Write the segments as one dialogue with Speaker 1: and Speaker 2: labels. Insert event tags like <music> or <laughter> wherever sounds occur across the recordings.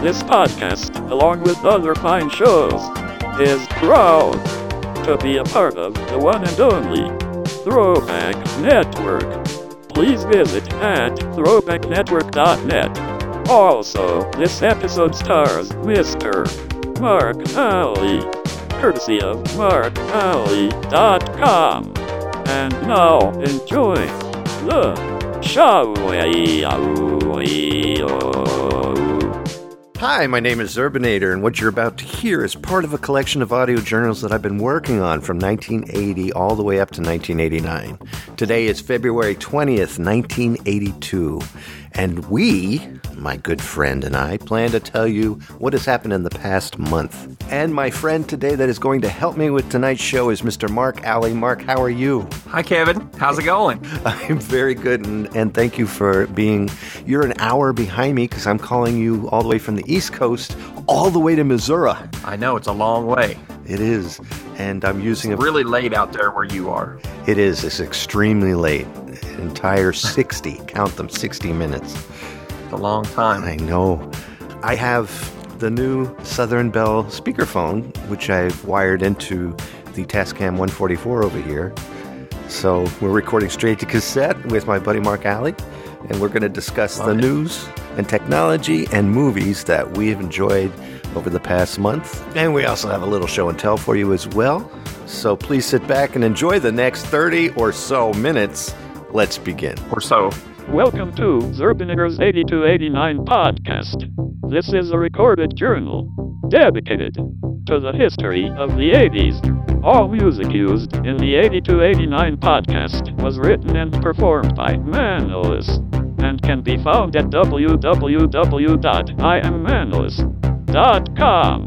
Speaker 1: This podcast, along with other fine shows, is proud to be a part of the one and only Throwback Network. Please visit at throwbacknetwork.net. Also, this episode stars Mr. Mark Alley, courtesy of markalley.com. And now, enjoy the show.
Speaker 2: Hi, my name is Urbanator, and what you're about to hear is part of a collection of audio journals that I've been working on from 1980 all the way up to 1989. Today is February 20th, 1982, and we, my good friend and I, plan to tell you what has happened in the past month. And my friend today that is going to help me with tonight's show is Mr. Mark Alley. Mark, how are you?
Speaker 3: Hi, Kevin. How's it going?
Speaker 2: I'm very good, and, and thank you for being. You're an hour behind me because I'm calling you all the way from the East Coast, all the way to Missouri.
Speaker 3: I know it's a long way.
Speaker 2: It is, and I'm using a.
Speaker 3: Really late out there where you are.
Speaker 2: It is. It's extremely late. An entire 60. count them, 60 minutes.
Speaker 3: It's a long time.
Speaker 2: I know. I have the new Southern Bell speakerphone, which I've wired into the Tascam 144 over here. So we're recording straight to cassette with my buddy Mark Alley, and we're going to discuss the
Speaker 3: it.
Speaker 2: news and technology and movies that we have enjoyed over the past month. And we also have a little show and tell for you as well. So please sit back and enjoy the next 30 or so minutes. Let's begin.
Speaker 3: Or so.
Speaker 1: Welcome to Zerbinator's 8289 podcast. This is a recorded journal dedicated to the history of the 80s. All music used in the 8289 podcast was written and performed by Manolis and can be found at www.immanolis.com.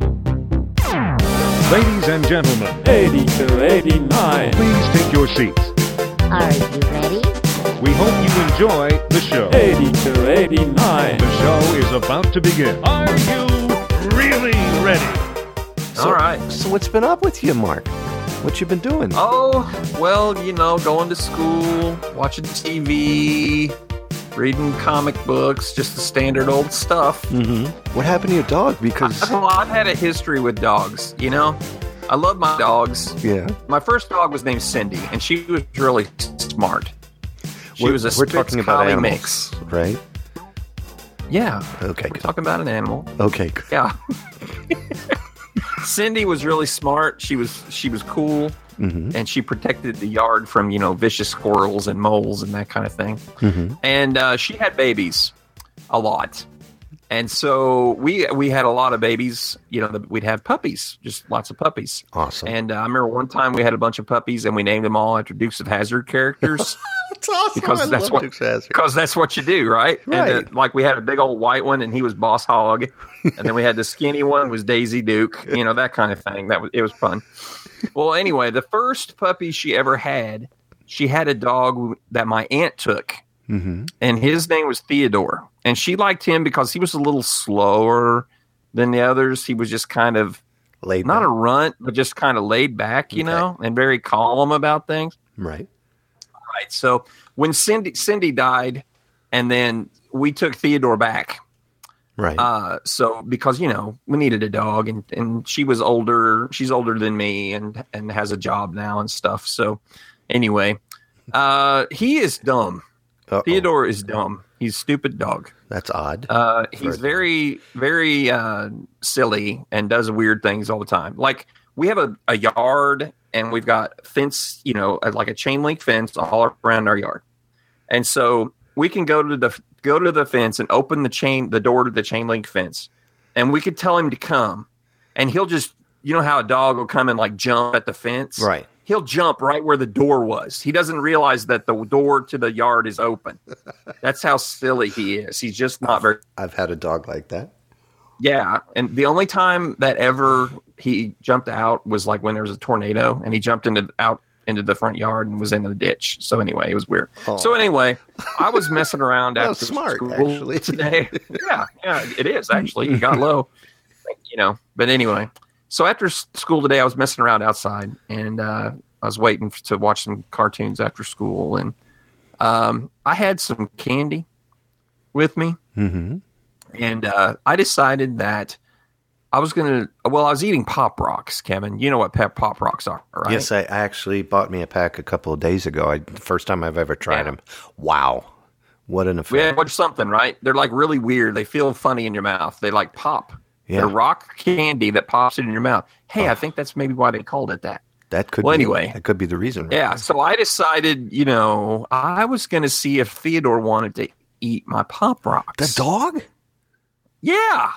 Speaker 4: Ladies and gentlemen,
Speaker 1: 8289.
Speaker 4: please take your seats.
Speaker 5: Are you ready?
Speaker 4: We hope you enjoy the show.
Speaker 1: 8289.
Speaker 4: The show is about to begin. Are you really ready?
Speaker 3: All right.
Speaker 2: So what's been up with you, Mark? What you been doing?
Speaker 3: Oh, well, you know, going to school, watching TV, reading comic books, just the standard old stuff.
Speaker 2: hmm What happened to your dog? Because
Speaker 3: <laughs> Well, I've had a history with dogs, you know? I love my dogs.
Speaker 2: yeah,
Speaker 3: My first dog was named Cindy, and she was really smart. She
Speaker 2: We're-
Speaker 3: was a
Speaker 2: we're talking about
Speaker 3: Spitz-Collie
Speaker 2: animals.
Speaker 3: mix.
Speaker 2: right.
Speaker 3: Yeah,
Speaker 2: Okay, good.
Speaker 3: talking about an animal.
Speaker 2: okay. good.
Speaker 3: Yeah. Cindy was really smart. She was she was cool,
Speaker 2: Mhm.
Speaker 3: and she protected the yard from you know vicious squirrels and moles and that kind of thing.
Speaker 2: Mhm.
Speaker 3: And uh, she had babies a lot, and so we we had a lot of babies. You know, that we'd have puppies, just lots of puppies.
Speaker 2: Awesome.
Speaker 3: And uh, I remember one time we had a bunch of puppies, and we named them all after Dukes of Hazard characters.
Speaker 2: That's awesome.
Speaker 3: Because I that's love what- Duke's Because that's what you do, right? And,
Speaker 2: Right.
Speaker 3: uh, like we had a big old white one, and he was Boss Hog, and then we had the skinny one was Daisy Duke. You know that kind of thing. That was it was fun. Well, anyway, the first puppy she ever had, she had a dog that my aunt took,
Speaker 2: hmm
Speaker 3: and his name was Theodore, and she liked him because he was a little slower than the others. He was just kind of
Speaker 2: Laid
Speaker 3: not a
Speaker 2: back.
Speaker 3: runt, but just kind of laid back, you
Speaker 2: Okay.
Speaker 3: know, and very calm about things
Speaker 2: right.
Speaker 3: right. So when Cindy Cindy died, and then we took Theodore back.
Speaker 2: Right.
Speaker 3: Uh, so because you know we needed a dog, and and she was older. She's older than me, and and has a job now and stuff. So anyway, uh, he is dumb.
Speaker 2: Uh-oh.
Speaker 3: Theodore is dumb. He's a stupid dog.
Speaker 2: That's odd.
Speaker 3: Uh,
Speaker 2: Very
Speaker 3: he's very, very uh, silly and does weird things all the time. Like we have a, a yard and we've got fence, you know, uh, like a chain link fence all around our yard, and so we can go to the go to the fence and open the chain the door to the chain link fence, and we could tell him to come, and he'll just you know how a dog will come and like jump at the fence,
Speaker 2: right.
Speaker 3: He'll jump right where the door was. He doesn't realize that the door to the yard is open. That's how silly he is. He's just not very
Speaker 2: I've had a dog like that.
Speaker 3: yeah, and the only time that ever he jumped out was like when there was a tornado, and he jumped into out into the front yard and was in the ditch. So anyway, it was weird.
Speaker 2: Oh.
Speaker 3: So anyway, I was messing
Speaker 2: <laughs>
Speaker 3: around
Speaker 2: That
Speaker 3: after
Speaker 2: was smart,
Speaker 3: school
Speaker 2: actually. <laughs>
Speaker 3: today. yeah, yeah, it is actually. It got low, <laughs> Like, you know. But anyway, so after s- school today, I was messing around outside, and uh, I was waiting f- to watch some cartoons after school, and um, I had some candy with me
Speaker 2: Mm-hmm.
Speaker 3: and uh, I decided that I was gonna. Well, I was eating pop rocks, Kevin. You know what pep pop rocks are, right?
Speaker 2: Yes, I actually bought me a pack a couple of days ago. I, the first time I've ever tried
Speaker 3: Yeah.
Speaker 2: them. Wow, what an
Speaker 3: We
Speaker 2: effect!
Speaker 3: had watched something, right? They're like really weird. They feel funny in your mouth. They like pop.
Speaker 2: Yeah. Oh.
Speaker 3: They're rock candy that pops in your mouth. Hey, I think that's maybe why they called it that.
Speaker 2: that could
Speaker 3: well,
Speaker 2: be,
Speaker 3: anyway.
Speaker 2: that could be the reason. right?
Speaker 3: Yeah. So I decided, you know, I was going to see if Theodore wanted to eat my pop
Speaker 2: the
Speaker 3: rocks.
Speaker 2: dog.
Speaker 3: Yeah.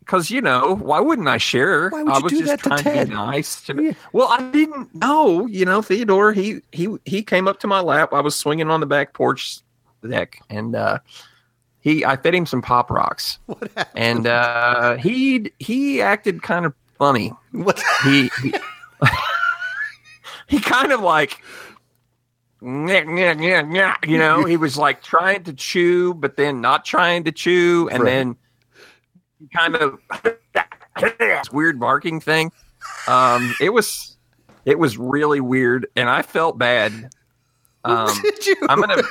Speaker 3: Because, you know, why wouldn't I share?
Speaker 2: Why would
Speaker 3: I
Speaker 2: you
Speaker 3: was
Speaker 2: do that
Speaker 3: just
Speaker 2: to
Speaker 3: trying
Speaker 2: Ted?
Speaker 3: be nice. To Well, I didn't know. You know, Theodore, he, he, he came up to my lap. I was swinging on the back porch deck and, uh, he, I fed him some pop rocks,
Speaker 2: What? happened? <laughs>
Speaker 3: and uh, he he acted kind of funny.
Speaker 2: What?
Speaker 3: He he, <laughs> he kind of like "Nyah, nyah, nyah, nyah," you know he was like trying to chew but then not trying to chew and
Speaker 2: Right.
Speaker 3: then he kind of <laughs> this weird barking thing um it was it was really weird and i felt bad um
Speaker 2: Did you? <laughs>
Speaker 3: i'm gonna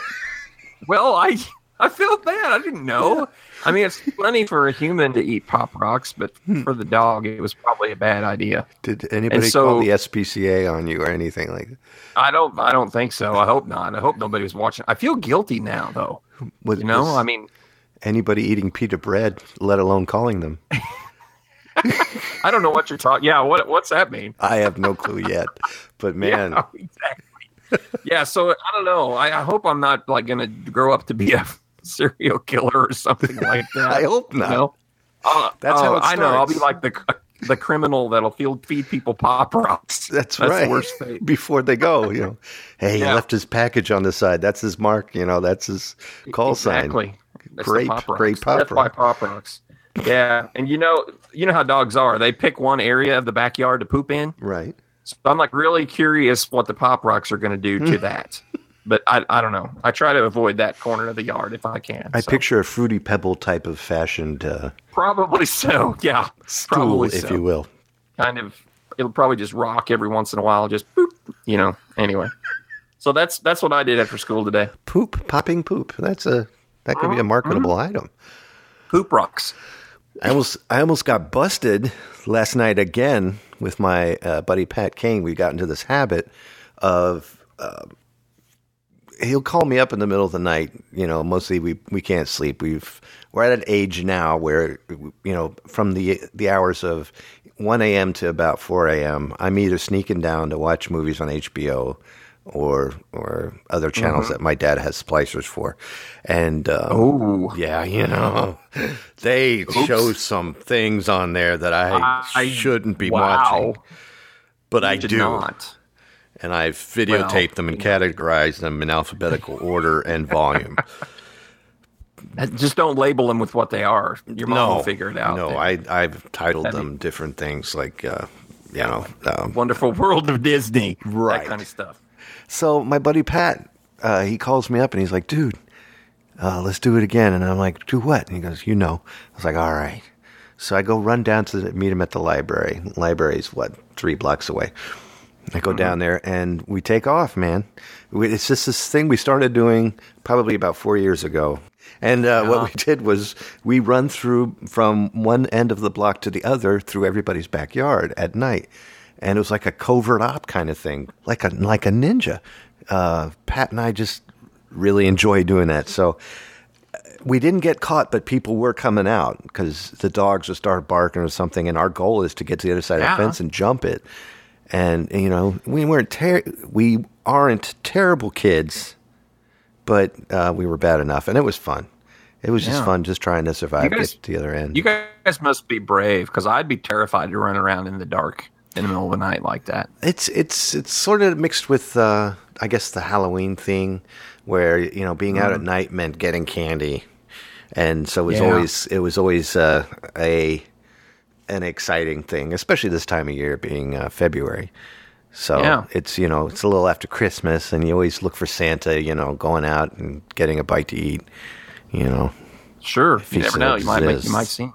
Speaker 3: well i i felt bad i didn't know i mean it's funny for a human to eat pop rocks but
Speaker 2: Hmm.
Speaker 3: for the dog it was probably a bad idea
Speaker 2: Did anybody
Speaker 3: so-
Speaker 2: call the SPCA on you or anything like? that?
Speaker 3: I don't. I don't think so. I hope not. I hope nobody was watching. I feel guilty now, though.
Speaker 2: Was,
Speaker 3: You know.
Speaker 2: was
Speaker 3: I mean,
Speaker 2: anybody eating pita bread, let alone calling them?
Speaker 3: I don't know what you're talking. Yeah. What What's that mean?
Speaker 2: I have
Speaker 3: <laughs>
Speaker 2: no clue yet. But man,
Speaker 3: Yeah, exactly. yeah. So I don't know. I, I hope I'm not like going to grow up to be a <laughs> serial killer or something like that.
Speaker 2: <laughs> I hope
Speaker 3: You
Speaker 2: not.
Speaker 3: know? Uh,
Speaker 2: That's how
Speaker 3: oh,
Speaker 2: it
Speaker 3: I know. I'll be like
Speaker 2: starts.
Speaker 3: the the criminal that'll feed feed people pop rocks.
Speaker 2: That's,
Speaker 3: That's
Speaker 2: right.
Speaker 3: the
Speaker 2: <laughs>
Speaker 3: worst fate.
Speaker 2: Before they go, you know, hey, he
Speaker 3: Yeah.
Speaker 2: left his package on the side. That's his mark. You know, that's his call sign.
Speaker 3: E, Exactly. That's the
Speaker 2: Grape- grape pop
Speaker 3: That's
Speaker 2: rock.
Speaker 3: why pop rocks. Yeah, and you know, you know how dogs are. They pick one area of the backyard to poop in.
Speaker 2: Right.
Speaker 3: So I'm like really curious what the pop rocks are going to do
Speaker 2: Hmm.
Speaker 3: to that. But I, I don't know. I try to avoid that corner of the yard if I can.
Speaker 2: I
Speaker 3: so.
Speaker 2: picture a fruity pebble type of fashioned uh,
Speaker 3: probably so. <laughs> Yeah,
Speaker 2: stool,
Speaker 3: probably
Speaker 2: if
Speaker 3: so.
Speaker 2: you will.
Speaker 3: Kind of. It'll probably just rock every once in a while. Just boop. You know. Anyway. So that's that's what I did after school today.
Speaker 2: Poop, popping poop. That's a that could be a
Speaker 3: Mm-hmm.
Speaker 2: marketable item.
Speaker 3: Poop rocks.
Speaker 2: I almost I almost got busted last night again with my uh, buddy Pat King. We got into this habit of uh, he'll call me up in the middle of the night. You know, mostly we we can't sleep. We've we're at an age now where you know from the the hours of 1 a.m. to about 4 a.m. I'm either sneaking down to watch movies on HBO or or other channels that my dad has splicers for, and um,
Speaker 3: Oh.
Speaker 2: yeah, you know, they show some things on there that I,
Speaker 3: I-
Speaker 2: shouldn't be
Speaker 3: wow.
Speaker 2: watching, but I
Speaker 3: Did
Speaker 2: do,
Speaker 3: not.
Speaker 2: and I've videotaped them and categorized them in alphabetical order and
Speaker 3: <laughs>
Speaker 2: volume.
Speaker 3: Uh, Just don't label them with what they are. Your mom
Speaker 2: no,
Speaker 3: will figure it out.
Speaker 2: No,
Speaker 3: The
Speaker 2: I I've titled them different things like uh, you know. Um,
Speaker 3: Wonderful <laughs> World of Disney.
Speaker 2: Right.
Speaker 3: That kind of stuff.
Speaker 2: so my buddy Pat, uh, he calls me up and he's like, "Dude, uh, let's do it again." And I'm like, "Do what?" And he goes, "You know." I was like, "All right." So I go run down to the, meet him at the library. Library's what three blocks away. I go down there and we take off, man. We, it's just this thing we started doing probably about four years ago. And uh, what we did was we run through from one end of the block to the other through everybody's backyard at night. And it was like a covert op kind of thing, like a, like a ninja. Uh, Pat and I just really enjoy doing that. So uh, we didn't get caught, but people were coming out because the dogs would start barking or something. And our goal is to get to the other side of
Speaker 3: Yeah.
Speaker 2: the fence and jump it. And you know, we weren't ter- we aren't terrible kids, but uh, we were bad enough, and it was fun. It was just
Speaker 3: Yeah.
Speaker 2: fun, just trying to survive,
Speaker 3: guys-
Speaker 2: get to the other end.
Speaker 3: You guys must be brave because I'd be terrified to run around in the dark in the middle of the night like that.
Speaker 2: it's it's it's sort of mixed with, uh, I guess, the Halloween thing, where you know, being out at night meant getting candy, and so it was
Speaker 3: Mm. Yeah.
Speaker 2: always it was always uh, a an exciting thing, especially this time of year being uh, February. So
Speaker 3: Yeah.
Speaker 2: it's you know it's a little after Christmas, and you always look for Santa. You know, going out and getting a bite to eat. You know,
Speaker 3: Sure.
Speaker 2: he
Speaker 3: You never know. You might, make,
Speaker 2: exists.
Speaker 3: you might see.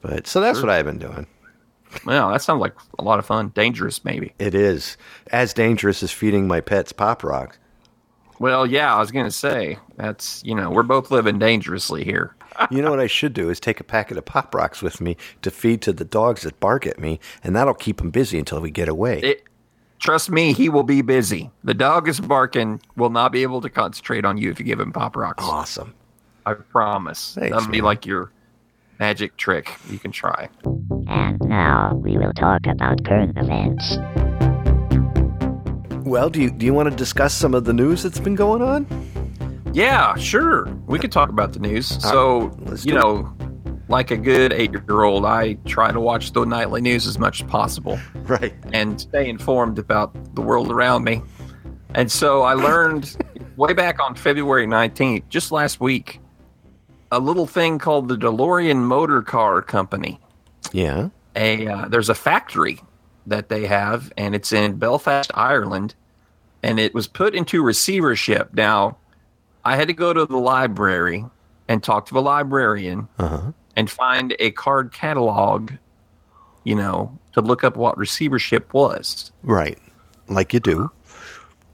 Speaker 2: but so that's what I've been doing.
Speaker 3: Well, that sounds like a lot of fun. Dangerous, maybe.
Speaker 2: It is as dangerous as feeding my pets pop rocks.
Speaker 3: Well, yeah, I was going to say that's, you know, we're both living dangerously here.
Speaker 2: You know what I should do is take a packet of Pop Rocks with me to feed to the dogs that bark at me, and that'll keep them busy until we get away.
Speaker 3: It, trust me, he will be busy. The dog is barking, will not be able to concentrate on you if you give him pop rocks.
Speaker 2: awesome.
Speaker 3: I promise.
Speaker 2: Thanks,
Speaker 3: That'll be
Speaker 2: man.
Speaker 3: like your magic trick you can try.
Speaker 5: And now we will talk about current events.
Speaker 2: Well, do you do you want to discuss some of the news that's been going on?
Speaker 3: Yeah, sure. We could talk about the news. So,
Speaker 2: let's
Speaker 3: you
Speaker 2: do it.
Speaker 3: know, like a good eight year old, I try to watch the nightly news as much as possible
Speaker 2: Right.
Speaker 3: and stay informed about the world around me. And so
Speaker 2: <laughs>
Speaker 3: I learned way back on February 19th, just last week, a little thing called the DeLorean Motor Car Company.
Speaker 2: Yeah.
Speaker 3: a uh, there's a factory that they have, and it's in Belfast, Ireland, and it was put into receivership. Now, I had to go to the library and talk to the librarian
Speaker 2: Uh-huh.
Speaker 3: and find a card catalog, you know, to look up what receivership was.
Speaker 2: Right. Like you do.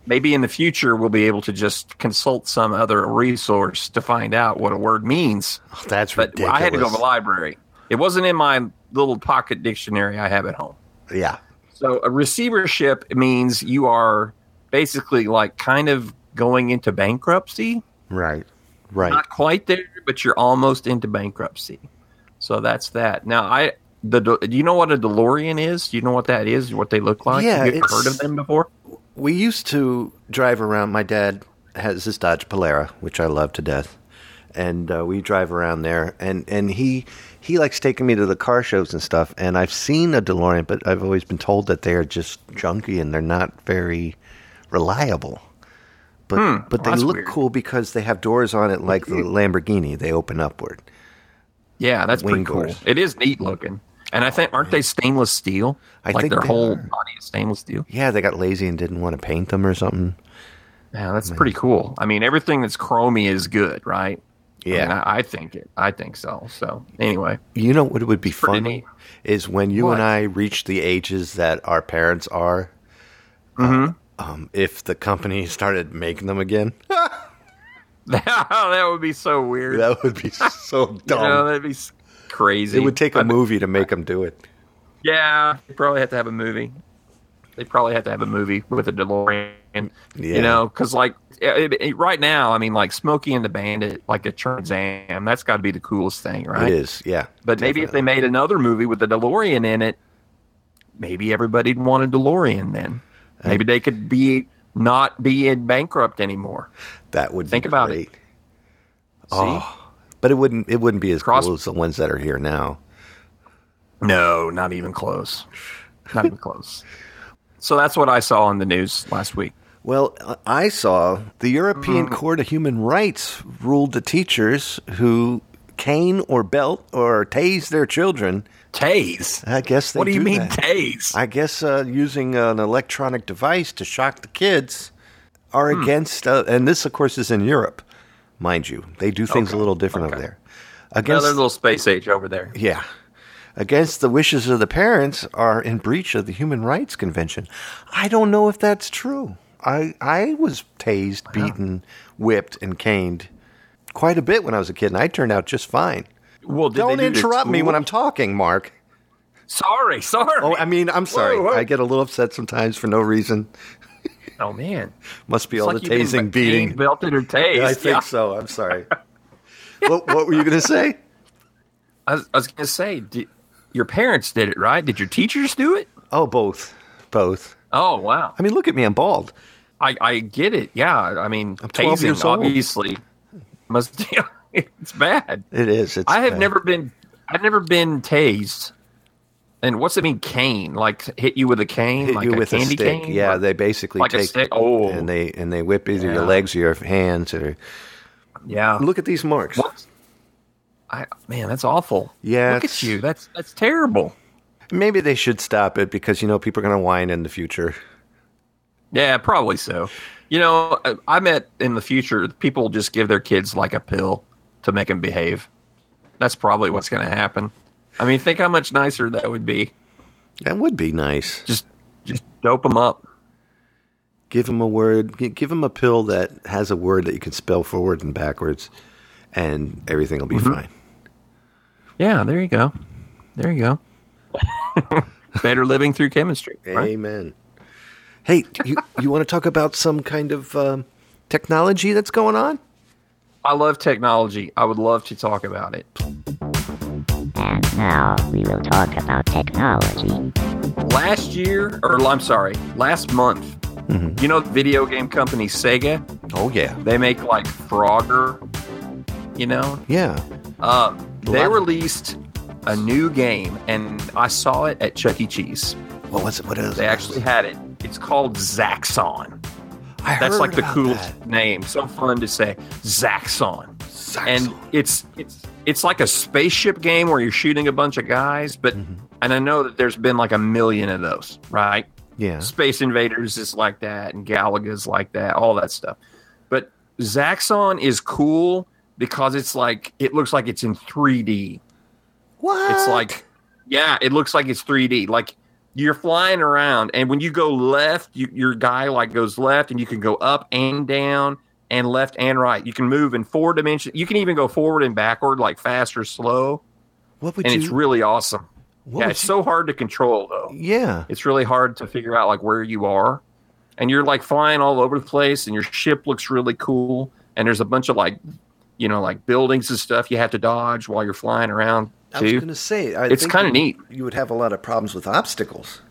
Speaker 3: Maybe in the future we'll be able to just consult some other resource to find out what a word means.
Speaker 2: That's
Speaker 3: But
Speaker 2: ridiculous.
Speaker 3: I had to go to the library. It wasn't in my little pocket dictionary I have at home.
Speaker 2: Yeah.
Speaker 3: So a receivership means you are basically like kind of going into bankruptcy.
Speaker 2: Right. Right.
Speaker 3: Not quite there, but you're almost into bankruptcy. So that's that. Now I the do you know what a DeLorean is? Do you know what that is? What they look like?
Speaker 2: Yeah,
Speaker 3: you ever
Speaker 2: it's-
Speaker 3: heard of them before?
Speaker 2: We used to drive around. My dad has this Dodge Polara, which I love to death, and uh, we drive around there. and And he he likes taking me to the car shows and stuff. And I've seen a DeLorean, but I've always been told that they are just junky and they're not very reliable. But but they
Speaker 3: Hmm. that's
Speaker 2: look
Speaker 3: weird.
Speaker 2: cool because they have doors on it like the Lamborghini. They open upward.
Speaker 3: Yeah, that's pretty
Speaker 2: Wing
Speaker 3: cool.
Speaker 2: course.
Speaker 3: It is neat looking. And I think aren't they stainless steel?
Speaker 2: I
Speaker 3: like
Speaker 2: think
Speaker 3: their
Speaker 2: they
Speaker 3: whole
Speaker 2: are.
Speaker 3: body is stainless steel.
Speaker 2: Yeah, they got lazy and didn't want to paint them or something.
Speaker 3: Yeah, that's pretty cool. I mean, everything that's chromy is good, right? I, mean,
Speaker 2: Yeah.
Speaker 3: I, I think it. I think so. So anyway,
Speaker 2: You know what would be funny
Speaker 3: pretty neat.
Speaker 2: is when you
Speaker 3: What?
Speaker 2: and I reach the ages that our parents are.
Speaker 3: Mm-hmm.
Speaker 2: uh, um, if the company <laughs> started making them again,
Speaker 3: <laughs> that would be so weird.
Speaker 2: that would
Speaker 3: <laughs>
Speaker 2: be so
Speaker 3: You
Speaker 2: dumb.
Speaker 3: know, that'd be s- crazy.
Speaker 2: it would take a
Speaker 3: But-
Speaker 2: movie to make them do it.
Speaker 3: Yeah, they probably have to have a movie. They probably have to have a movie with a DeLorean.
Speaker 2: Yeah.
Speaker 3: You know, because like it, it- right now, I mean, like Smokey and the Bandit, like a Trans Am, that's got to be the coolest thing, right?
Speaker 2: It is, yeah.
Speaker 3: But maybe if they made another movie with a DeLorean in it, maybe everybody'd want a DeLorean then. Maybe they could be not be in bankrupt anymore.
Speaker 2: that would
Speaker 3: Think
Speaker 2: be
Speaker 3: about
Speaker 2: great.
Speaker 3: See?
Speaker 2: Oh, but it wouldn't. It wouldn't be as
Speaker 3: Cross-
Speaker 2: cool as the ones that are here now.
Speaker 3: No, not even close. Not even close. So that's what I saw on the news last week.
Speaker 2: Well, uh, I saw the
Speaker 3: Mm.
Speaker 2: European Court of Human Rights ruled the teachers who cane or belt or tase their children.
Speaker 3: Tase.
Speaker 2: I guess they
Speaker 3: What do you mean
Speaker 2: that.
Speaker 3: tase?
Speaker 2: I guess uh, using an electronic device to shock the kids are
Speaker 3: Hmm.
Speaker 2: against, uh, and this, of course, is in Europe, mind you. They do things a little different over there. Against,
Speaker 3: Another little space age over there.
Speaker 2: yeah, against the wishes of the parents are in breach of the Human Rights Convention. I don't know if that's true. I I was tased, beaten, whipped, and caned quite a bit when I was a kid, and I turned out just fine.
Speaker 3: Well, did
Speaker 2: Don't
Speaker 3: they do it at
Speaker 2: interrupt me
Speaker 3: school?
Speaker 2: when I'm talking, Mark.
Speaker 3: Sorry, sorry.
Speaker 2: Oh, I mean, I'm sorry.
Speaker 3: Whoa, whoa.
Speaker 2: I get a little upset sometimes for no reason.
Speaker 3: oh man,
Speaker 2: Must be
Speaker 3: It's
Speaker 2: all the
Speaker 3: like you've been
Speaker 2: tasing, beating.
Speaker 3: caned, belted, or tased.
Speaker 2: Yeah, I think
Speaker 3: Yeah.
Speaker 2: so. I'm sorry. what, what were you going to say?
Speaker 3: I was, I was gonna say, did, your parents did it, right? Did your teachers do it?
Speaker 2: Oh, both, both.
Speaker 3: Oh wow,
Speaker 2: I mean, look at me. I'm bald.
Speaker 3: I, I get it. Yeah, I mean,
Speaker 2: I'm 12
Speaker 3: tasing
Speaker 2: years old.
Speaker 3: obviously must. <laughs> it's bad.
Speaker 2: It is. It's
Speaker 3: I have
Speaker 2: bad.
Speaker 3: never been. I've never been tased. And what's it mean, cane? Like hit you with a cane?
Speaker 2: hit
Speaker 3: like
Speaker 2: you
Speaker 3: a
Speaker 2: with
Speaker 3: candy
Speaker 2: a stick.
Speaker 3: cane?
Speaker 2: yeah,
Speaker 3: Like-
Speaker 2: they basically
Speaker 3: like a
Speaker 2: take
Speaker 3: stick? Oh.
Speaker 2: and they and they whip either your
Speaker 3: Yeah.
Speaker 2: legs or your hands or
Speaker 3: yeah.
Speaker 2: look at these marks.
Speaker 3: What? I man, that's awful.
Speaker 2: Yeah,
Speaker 3: look
Speaker 2: it's-
Speaker 3: at you. That's that's terrible.
Speaker 2: Maybe they should stop it because you know people are going to whine in the future.
Speaker 3: Yeah, probably so. You know, I- I bet in the future people just give their kids like a pill to make them behave. That's probably what's going to happen. I mean, think how much nicer that would be.
Speaker 2: That would be nice.
Speaker 3: Just just dope them up.
Speaker 2: Give them a word. gi- Give them a pill that has a word that you can spell forward and backwards, and everything will be
Speaker 3: Mm-hmm.
Speaker 2: fine.
Speaker 3: Yeah, there you go. There you go. <laughs> Better living through chemistry. Right?
Speaker 2: Amen. Hey, you, you want to talk about some kind of um, technology that's going on?
Speaker 3: I love technology. I would love to talk about it.
Speaker 5: And now we will talk about technology.
Speaker 3: Last year, or I'm sorry, last month, you know, the video game company Sega,
Speaker 2: Oh yeah,
Speaker 3: they make like Frogger, you know?
Speaker 2: yeah.
Speaker 3: Uh, they
Speaker 2: Love it.
Speaker 3: released a new game, and I saw it at Chuck E. Cheese.
Speaker 2: What was it? What is it?
Speaker 3: They actually had it. It's called Zaxxon.
Speaker 2: I
Speaker 3: That's
Speaker 2: heard
Speaker 3: like the
Speaker 2: about
Speaker 3: coolest name. So fun to say, Zaxxon.
Speaker 2: that.
Speaker 3: and
Speaker 2: Saxon.
Speaker 3: it's it's it's like a spaceship game where you're shooting a bunch of guys but and i know that there's been like a million of those right
Speaker 2: yeah,
Speaker 3: space invaders is like that and galaga's like that all that stuff but zaxxon is cool because it's like it looks like it's in 3d
Speaker 2: what?
Speaker 3: it's like yeah it looks like it's 3d like you're flying around and when you go left you, your guy like goes left and you can go up and down and left and right you can move in four dimensions you can even go forward and backward like fast or slow
Speaker 2: what would
Speaker 3: and
Speaker 2: you?
Speaker 3: it's really awesome
Speaker 2: what
Speaker 3: yeah
Speaker 2: would
Speaker 3: it's
Speaker 2: you-
Speaker 3: so hard to control though
Speaker 2: yeah.
Speaker 3: it's really hard to figure out like where you are and you're like flying all over the place and your ship looks really cool and there's a bunch of like you know like buildings and stuff you have to dodge while you're flying around
Speaker 2: I was
Speaker 3: too
Speaker 2: going to say, I
Speaker 3: It's
Speaker 2: think
Speaker 3: kinda
Speaker 2: you-
Speaker 3: neat.
Speaker 2: You would have a lot of problems with obstacles.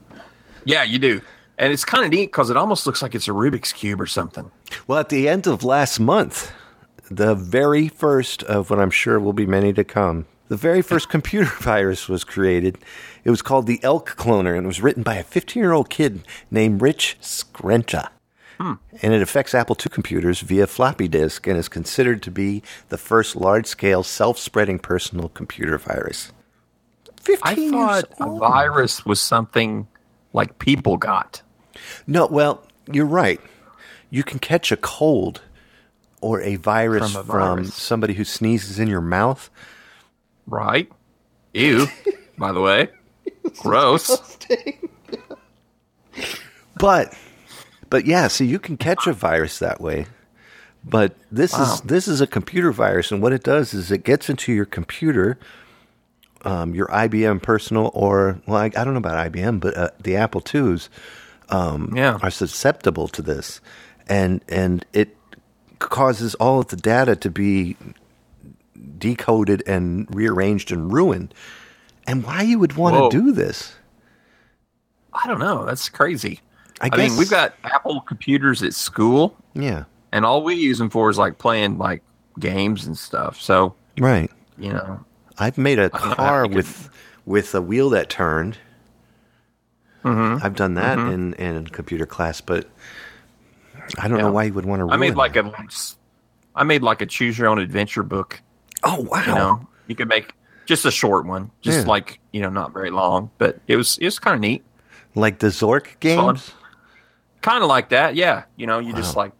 Speaker 3: Yeah, you do. And it's kind of neat because it almost looks like it's a Rubik's Cube or something.
Speaker 2: Well, at the end of last month, the very first of what I'm sure will be many to come, the very first computer <laughs> virus was created. It was called the Elk Cloner, and it was written by a 15 year old kid named Rich Skrenta.
Speaker 3: Hmm.
Speaker 2: And it affects Apple II computers via floppy disk and is considered to be the first large scale self spreading personal computer virus. 15
Speaker 3: I
Speaker 2: years
Speaker 3: thought a
Speaker 2: old.
Speaker 3: virus was something like people got.
Speaker 2: No, well, you're right. You can catch a cold or a virus
Speaker 3: From
Speaker 2: from,
Speaker 3: a virus.
Speaker 2: somebody who sneezes in your mouth.
Speaker 3: Right?
Speaker 2: <laughs>
Speaker 3: Ew, by the way. Gross.
Speaker 2: But but yeah, so you can catch a virus that way. But this
Speaker 3: Wow.
Speaker 2: is this is a computer virus and what it does is it gets into your computer um, your IBM personal or well I, I don't know about IBM but uh, the Apple 2s
Speaker 3: Yeah.
Speaker 2: are susceptible to this, and and it causes all of the data to be decoded and rearranged and ruined. And why you would
Speaker 3: Whoa.
Speaker 2: want to do this?
Speaker 3: I don't know. That's crazy.
Speaker 2: I
Speaker 3: I,
Speaker 2: guess
Speaker 3: mean, we've got Apple computers at school,
Speaker 2: yeah
Speaker 3: and all we use them for is like playing like games and stuff. So,
Speaker 2: right.
Speaker 3: you know,
Speaker 2: I've made
Speaker 3: <laughs>
Speaker 2: a
Speaker 3: don't know
Speaker 2: car
Speaker 3: if you
Speaker 2: with with a wheel that turned.
Speaker 3: Mm-hmm.
Speaker 2: I've done that in in computer class, but I don't
Speaker 3: Yeah.
Speaker 2: know why you would want to. Ruin
Speaker 3: I made like
Speaker 2: that.
Speaker 3: a, I made like a choose your own adventure book
Speaker 2: oh wow
Speaker 3: you know you could make just a short one just
Speaker 2: Yeah.
Speaker 3: like you know not very long but it was it was kind of neat
Speaker 2: like the Zork
Speaker 3: Fun.
Speaker 2: games.
Speaker 3: kind of like that yeah you know you just like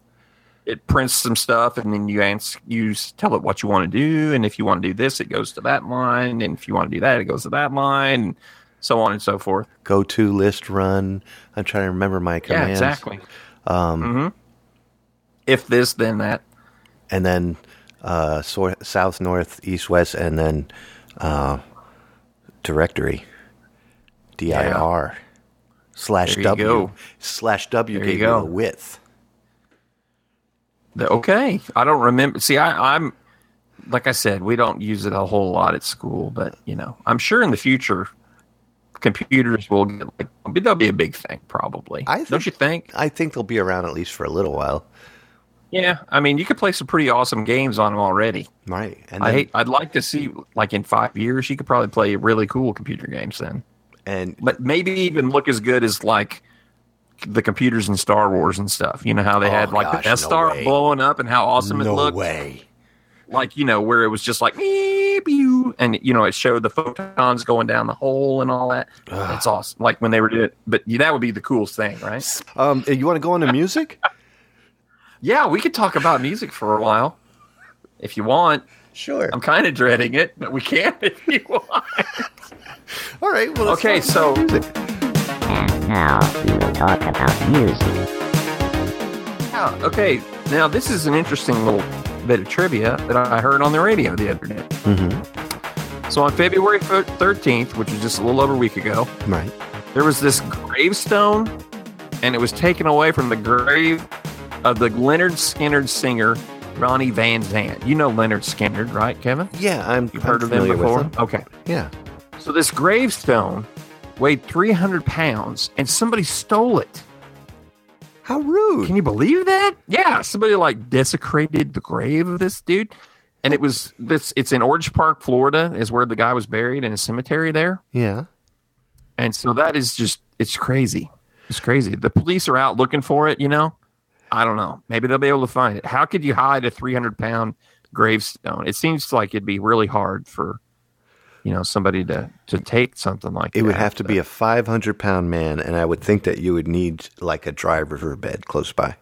Speaker 3: it prints some stuff and then you ans you s- tell it what you want to do and if you want to do this it goes to that line and if you want to do that it goes to that line and so on and so forth
Speaker 2: Go to list run. I'm trying to remember my commands.
Speaker 3: yeah exactly um if this then that
Speaker 2: and then uh, sor- south, north, east, west, and then uh, directory, dir slash
Speaker 3: There you
Speaker 2: w
Speaker 3: go.
Speaker 2: slash w
Speaker 3: There you
Speaker 2: gave you
Speaker 3: go.
Speaker 2: the width.
Speaker 3: The- okay i don't remember see I, i'm like i said we don't use it a whole lot at school but you know i'm sure in the future computers will get like that'll be a big thing probably
Speaker 2: I think-
Speaker 3: don't you think
Speaker 2: I think they'll be around at least for a little while,
Speaker 3: yeah i mean you could play some pretty awesome games on them already
Speaker 2: right? And
Speaker 3: i
Speaker 2: then-
Speaker 3: hate i'd like to see like in five years you could probably play really cool computer games then
Speaker 2: and
Speaker 3: but maybe even look as good as like the computers in star wars and stuff you know how they
Speaker 2: Oh,
Speaker 3: had like
Speaker 2: gosh,
Speaker 3: the death
Speaker 2: no
Speaker 3: star
Speaker 2: way.
Speaker 3: blowing up and how awesome it
Speaker 2: no
Speaker 3: looked
Speaker 2: way.
Speaker 3: like you know where it was just like "Meep, you," and you know it showed the photons going down the hole and all that that's awesome like when they were doing it but yeah, that would be the coolest thing right
Speaker 2: Um, you want to go into
Speaker 3: <laughs>
Speaker 2: music?
Speaker 3: yeah we could talk about music for a while if you want
Speaker 2: sure.
Speaker 3: i'm kind of dreading it but we can if you want
Speaker 2: All right. Well, let's
Speaker 3: okay
Speaker 2: talk
Speaker 3: so
Speaker 2: music.
Speaker 5: And now we will talk about music.
Speaker 3: yeah, okay now this is an interesting little bit of trivia that I heard on the radio the other day.
Speaker 2: Mm-hmm.
Speaker 3: So on February fir- 13th, which was just a little over a week ago,
Speaker 2: Right.
Speaker 3: there was this gravestone and it was taken away from the grave of the Leonard Skinner singer Ronnie Van Zant. You know Leonard Skinner, right, Kevin?
Speaker 2: Yeah, I'm.
Speaker 3: You've
Speaker 2: I'm
Speaker 3: heard of him
Speaker 2: familiar with
Speaker 3: before?
Speaker 2: them.
Speaker 3: Okay.
Speaker 2: Yeah.
Speaker 3: So this gravestone weighed 300 pounds and somebody stole it.
Speaker 2: How rude.
Speaker 3: Can you believe that? Yeah, somebody like desecrated the grave of this dude. And it was this it's in Orange Park, Florida, is where the guy was buried in a cemetery there.
Speaker 2: yeah.
Speaker 3: And so that is just it's crazy. It's crazy. The police are out looking for it, you know? I don't know. Maybe they'll be able to find it. How could you hide a 300 pound gravestone? It seems like it'd be really hard for, you know, somebody to, to take something like that.
Speaker 2: It would have to be a 500 pound man, and I would think that you would need like a dry riverbed close by,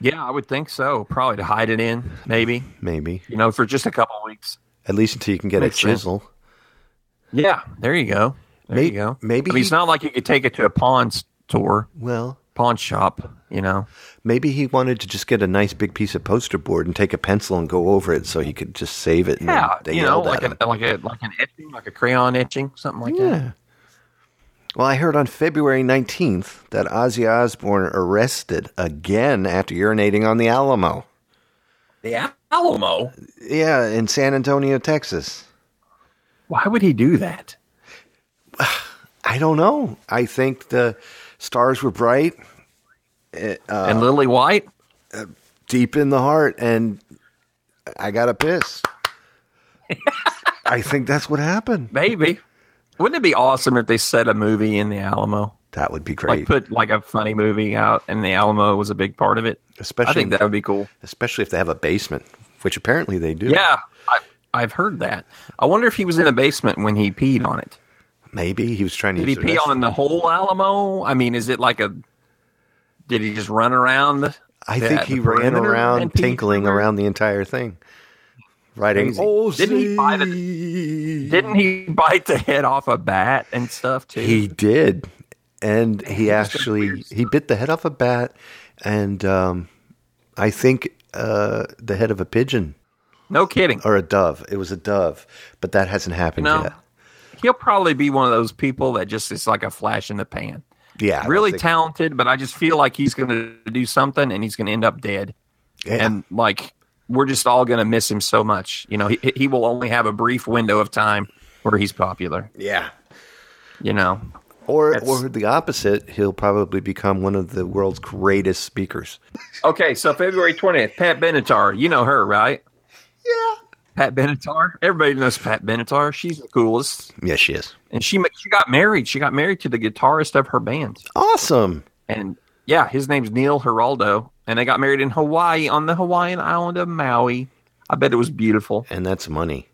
Speaker 3: Yeah, I would think so. Probably to hide it in, maybe,
Speaker 2: maybe.
Speaker 3: you know, for just a couple weeks.
Speaker 2: At least until you can get
Speaker 3: Makes
Speaker 2: a
Speaker 3: sense.
Speaker 2: chisel.
Speaker 3: Yeah, there you go. There
Speaker 2: May-
Speaker 3: you go.
Speaker 2: maybe
Speaker 3: I mean, it's
Speaker 2: he-
Speaker 3: not like you could take it to a pawn store,
Speaker 2: Well,
Speaker 3: pawn shop. You know,
Speaker 2: maybe he wanted to just get a nice big piece of poster board and take a pencil and go over it so he could just save it. And then
Speaker 3: yeah,
Speaker 2: they
Speaker 3: you know,
Speaker 2: yelled at
Speaker 3: like
Speaker 2: him.
Speaker 3: a, like a like an etching, like a crayon etching, something like that.
Speaker 2: Yeah. Well, I heard on February 19th that Ozzy Osbourne arrested again after urinating on the Alamo.
Speaker 3: The Alamo.
Speaker 2: Yeah, in San Antonio, Texas.
Speaker 3: Why would he do that?
Speaker 2: I don't know. I think the stars were bright, Uh,
Speaker 3: and Lily White.
Speaker 2: deep in the heart, and I got to piss. I think that's what happened.
Speaker 3: Maybe. Wouldn't it be awesome if they set a movie in the Alamo?
Speaker 2: That would be great.
Speaker 3: Like put like a funny movie out, and the Alamo was a big part of it.
Speaker 2: especially
Speaker 3: I think that would be cool.
Speaker 2: especially if they have a basement, which apparently they do.
Speaker 3: Yeah, I, I've heard that. I wonder if he was in a basement when he peed on it.
Speaker 2: Maybe he was trying to
Speaker 3: Did he
Speaker 2: use the
Speaker 3: pee
Speaker 2: restroom.
Speaker 3: on the whole Alamo? I mean, is it like a? Did he just run around? the-
Speaker 2: I
Speaker 3: the-
Speaker 2: think he
Speaker 3: the
Speaker 2: ran
Speaker 3: perimeter
Speaker 2: around
Speaker 3: and peed
Speaker 2: tinkling
Speaker 3: everywhere?
Speaker 2: around the entire thing, writing.
Speaker 3: Crazy.
Speaker 2: Oh,
Speaker 3: Didn't he buy the-
Speaker 2: see."
Speaker 3: Didn't he bite the head off a bat and stuff too?
Speaker 2: He did, and he
Speaker 3: That's just
Speaker 2: actually
Speaker 3: weird
Speaker 2: he bit the head off a bat, and um, I think uh, the head of a pigeon
Speaker 3: no kidding.
Speaker 2: or a dove. It was a dove, but that hasn't happened
Speaker 3: No.
Speaker 2: yet.
Speaker 3: He'll probably be one of those people that just is like a flash in the pan.
Speaker 2: Yeah, I don't
Speaker 3: really
Speaker 2: think-
Speaker 3: talented, but I just feel like he's going to do something and he's going to end up dead.
Speaker 2: Yeah.
Speaker 3: And like we're just all going to miss him so much. You know, he he will only have a brief window of time where he's popular.
Speaker 2: yeah.
Speaker 3: You know,
Speaker 2: Or,
Speaker 3: That's-
Speaker 2: or the opposite, he'll probably become one of the world's greatest speakers.
Speaker 3: Okay, so February 20th, Pat Benatar. You know her, right? Yeah. Pat Benatar. Everybody knows Pat Benatar. She's the coolest.
Speaker 2: Yes, she is.
Speaker 3: And she ma- she got married. She got married to the guitarist of her band.
Speaker 2: Awesome.
Speaker 3: And yeah, his name's Neil Geraldo. And they got married in Hawaii on the Hawaiian island of Maui. I bet it was beautiful.
Speaker 2: And that's money.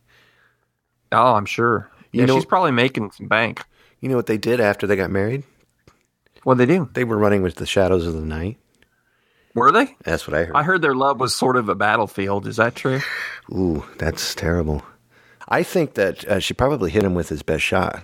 Speaker 3: Oh, I'm sure.
Speaker 2: You
Speaker 3: Yeah,
Speaker 2: know-
Speaker 3: she's probably making some bank.
Speaker 2: You know what they did after they got married?
Speaker 3: What they do?
Speaker 2: They were running with the shadows of the night.
Speaker 3: Were they?
Speaker 2: That's what I heard.
Speaker 3: I heard their love was sort of a battlefield. Is that true?
Speaker 2: Ooh, that's terrible. I think that uh, she probably hit him with his best shot.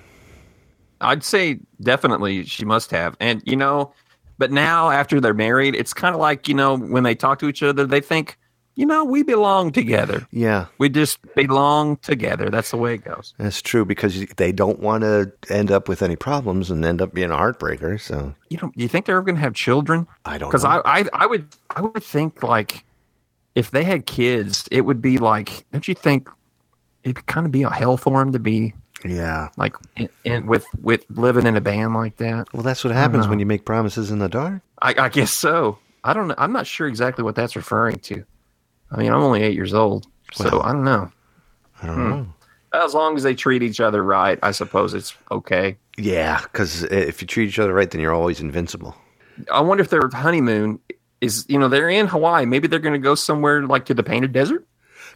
Speaker 3: I'd say definitely she must have. And you know, but now after they're married, it's kind of like, you know, when they talk to each other, they think, you know, we belong together.
Speaker 2: Yeah,
Speaker 3: We just belong together. That's the way it goes.
Speaker 2: that's true because they don't want to end up with any problems and end up being a heartbreaker. So
Speaker 3: You know, you think they're ever going to have children?
Speaker 2: I don't
Speaker 3: Cuz
Speaker 2: know.
Speaker 3: I, I I would I would think like if they had kids, it would be like don't you think it'd kind of be a hell for them to be
Speaker 2: yeah.
Speaker 3: like in, in, with with living in a band like that?
Speaker 2: Well, that's what happens when you make promises in the dark.
Speaker 3: I, I guess so. I don't. know. I'm not sure exactly what that's referring to. I mean, I'm only eight years old, so
Speaker 2: Well.
Speaker 3: I don't know.
Speaker 2: I don't know.
Speaker 3: As long as they treat each other right, I suppose it's okay.
Speaker 2: Yeah, because if you treat each other right, then you're always invincible. <laughs>
Speaker 3: I wonder if their honeymoon is. You know, they're in Hawaii. Maybe they're going to go somewhere like to the painted desert.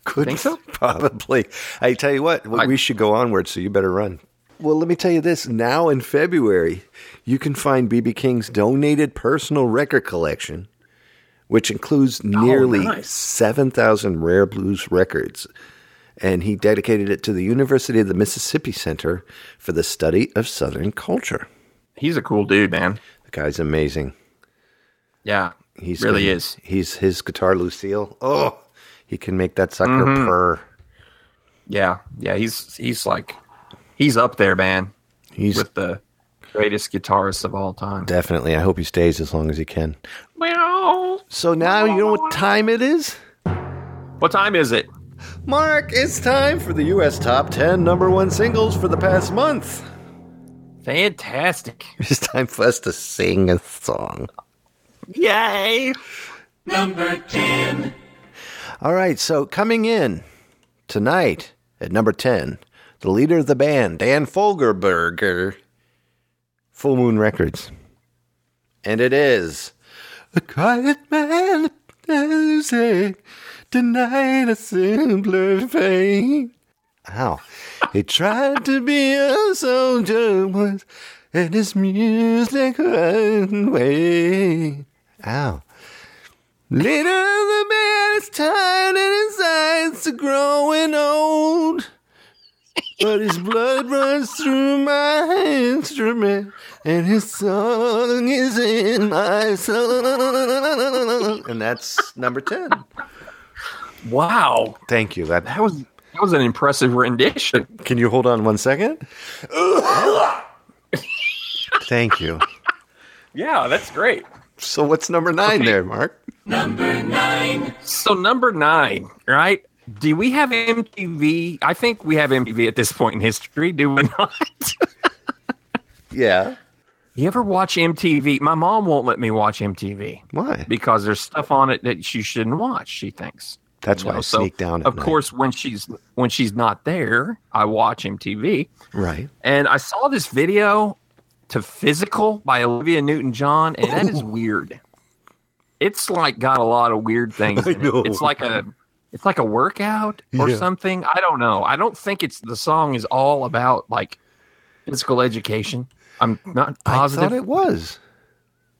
Speaker 2: Could
Speaker 3: Think so?
Speaker 2: <laughs> Probably. I tell you what, we-
Speaker 3: I-
Speaker 2: we should go onward, so you better run. Well, let me tell you this. Now in February, you can find BB King's donated personal record collection, which includes nearly
Speaker 3: nice.
Speaker 2: 7,000 rare blues records. And he dedicated it to the University of the Mississippi Center for the Study of Southern Culture.
Speaker 3: He's a cool dude, man.
Speaker 2: The guy's amazing.
Speaker 3: Yeah,
Speaker 2: He's
Speaker 3: really
Speaker 2: gonna-
Speaker 3: is.
Speaker 2: He's his guitar Lucille. Oh, He can make that sucker
Speaker 3: Mhm.
Speaker 2: purr.
Speaker 3: Yeah, yeah, he's he's like he's up there, man,
Speaker 2: He's
Speaker 3: with the greatest guitarist of all time.
Speaker 2: definitely. I hope he stays as long as he can. So now you know what time it is?
Speaker 3: What time is it?
Speaker 2: Mark, it's time for the US Top 10 number one singles for the past month.
Speaker 3: Fantastic.
Speaker 2: <laughs> It's time for us to sing a song.
Speaker 3: Yay.
Speaker 2: All right, so coming in tonight at number 10, the leader of the band, Dan Folgerberger, Full Moon Records. And it is The Quiet Man of Music, Denied a Simpler Fate. Ow. he tried to be a soldier once, and his music ran away. Ow. Later the man is tired and his eyes are growing old. But his blood runs through my instrument, and his song is in my soul. And that's number 10.
Speaker 3: Wow.
Speaker 2: Thank you. That,
Speaker 3: That was that was an impressive rendition.
Speaker 2: can you hold on one
Speaker 3: <laughs>
Speaker 2: second? Thank you.
Speaker 3: Yeah, that's great.
Speaker 2: So, what's number nine
Speaker 3: Okay.
Speaker 2: there, Mark?
Speaker 3: So number nine, right? Do we have MTV? I think we have MTV at this point in history, do we <laughs> not?
Speaker 2: Yeah.
Speaker 3: you ever watch MTV? My mom won't let me watch MTV
Speaker 2: Why?
Speaker 3: because there's stuff on it that she shouldn't watch, she thinks.
Speaker 2: That's
Speaker 3: you
Speaker 2: why
Speaker 3: know,
Speaker 2: I
Speaker 3: so,
Speaker 2: sneak down. At
Speaker 3: of
Speaker 2: night.
Speaker 3: course when she's when she's not there i watch mtv
Speaker 2: Right.
Speaker 3: and i saw this video to physical by olivia newton-john and that
Speaker 2: <laughs>
Speaker 3: is weird it's like got a lot of weird things
Speaker 2: I
Speaker 3: in it.
Speaker 2: know.
Speaker 3: it's like a it's like a workout or
Speaker 2: Yeah.
Speaker 3: something i don't know i don't think it's the song is all about like physical education i'm not
Speaker 2: I
Speaker 3: positive
Speaker 2: thought it was.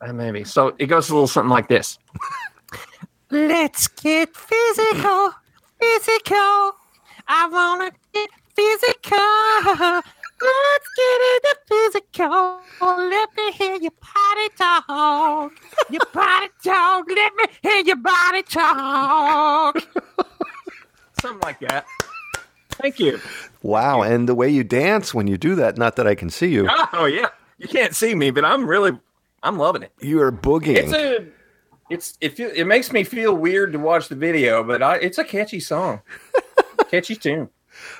Speaker 3: uh, maybe. So it goes a little something like this. Let's get physical, physical. I wanna get physical. Let's get into physical. Let me hear your body talk. Your body talk. Let me hear your body talk. something like that. Thank you.
Speaker 2: Wow, and the way you dance when you do that, not that I can see you,
Speaker 3: Oh yeah. You can't see me, but I'm really I'm loving it.
Speaker 2: you are boogieing.
Speaker 3: It's a it's it feel, it makes me feel weird to watch the video, but I, it's a catchy <laughs> song, catchy tune.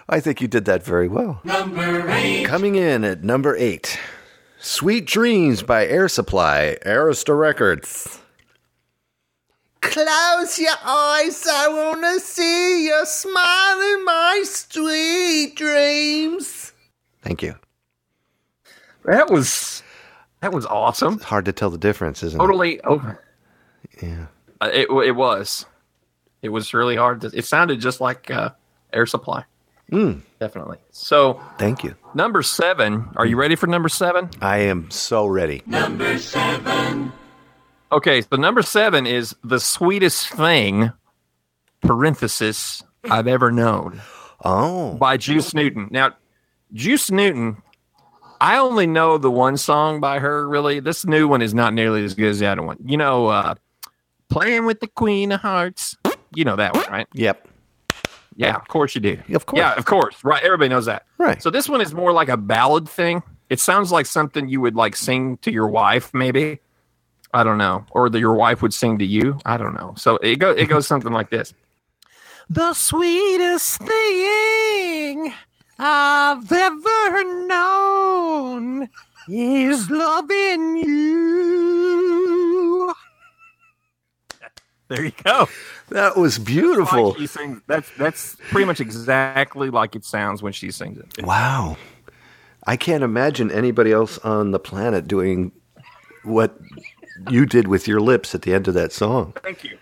Speaker 2: I think you did that very well. Number eight. Coming in at number eight Sweet Dreams by Air Supply, Arista Records. Close your eyes, I want to see your smile in my sweet dreams. Thank you.
Speaker 3: That was that was awesome.
Speaker 2: It's hard to tell the difference, isn't
Speaker 3: Totally over.
Speaker 2: it? Yeah.
Speaker 3: Uh, it it was it was really hard. To, it sounded just like uh, Air Supply.
Speaker 2: Mm.
Speaker 3: Definitely. So
Speaker 2: Thank you.
Speaker 3: number seven. Are you ready for number seven?
Speaker 2: I am so ready.
Speaker 3: Okay. So number seven is the sweetest thing. Parenthesis I've ever known.
Speaker 2: Oh.
Speaker 3: by Juice Newton. Now, Juice Newton, I only know the one song by her. Really, this new one is not nearly as good as the other one. You know, uh, playing with the Queen of Hearts. You know that one, right?
Speaker 2: Yep.
Speaker 3: Yeah, of course you do.
Speaker 2: Of course.
Speaker 3: Yeah, of course. Right, everybody knows that.
Speaker 2: Right.
Speaker 3: So this one is more like a ballad thing. It sounds like something you would like sing to your wife, maybe. I don't know, or that your wife would sing to you. I don't know. So it go it <laughs> goes something like this: The sweetest thing I've ever known is loving you. There you go.
Speaker 2: That was beautiful.
Speaker 3: Like she sings- that's that's pretty much exactly like it sounds when she sings it.
Speaker 2: Wow. I can't imagine anybody else on the planet doing what you did with your lips at the end of that song.
Speaker 3: Thank you.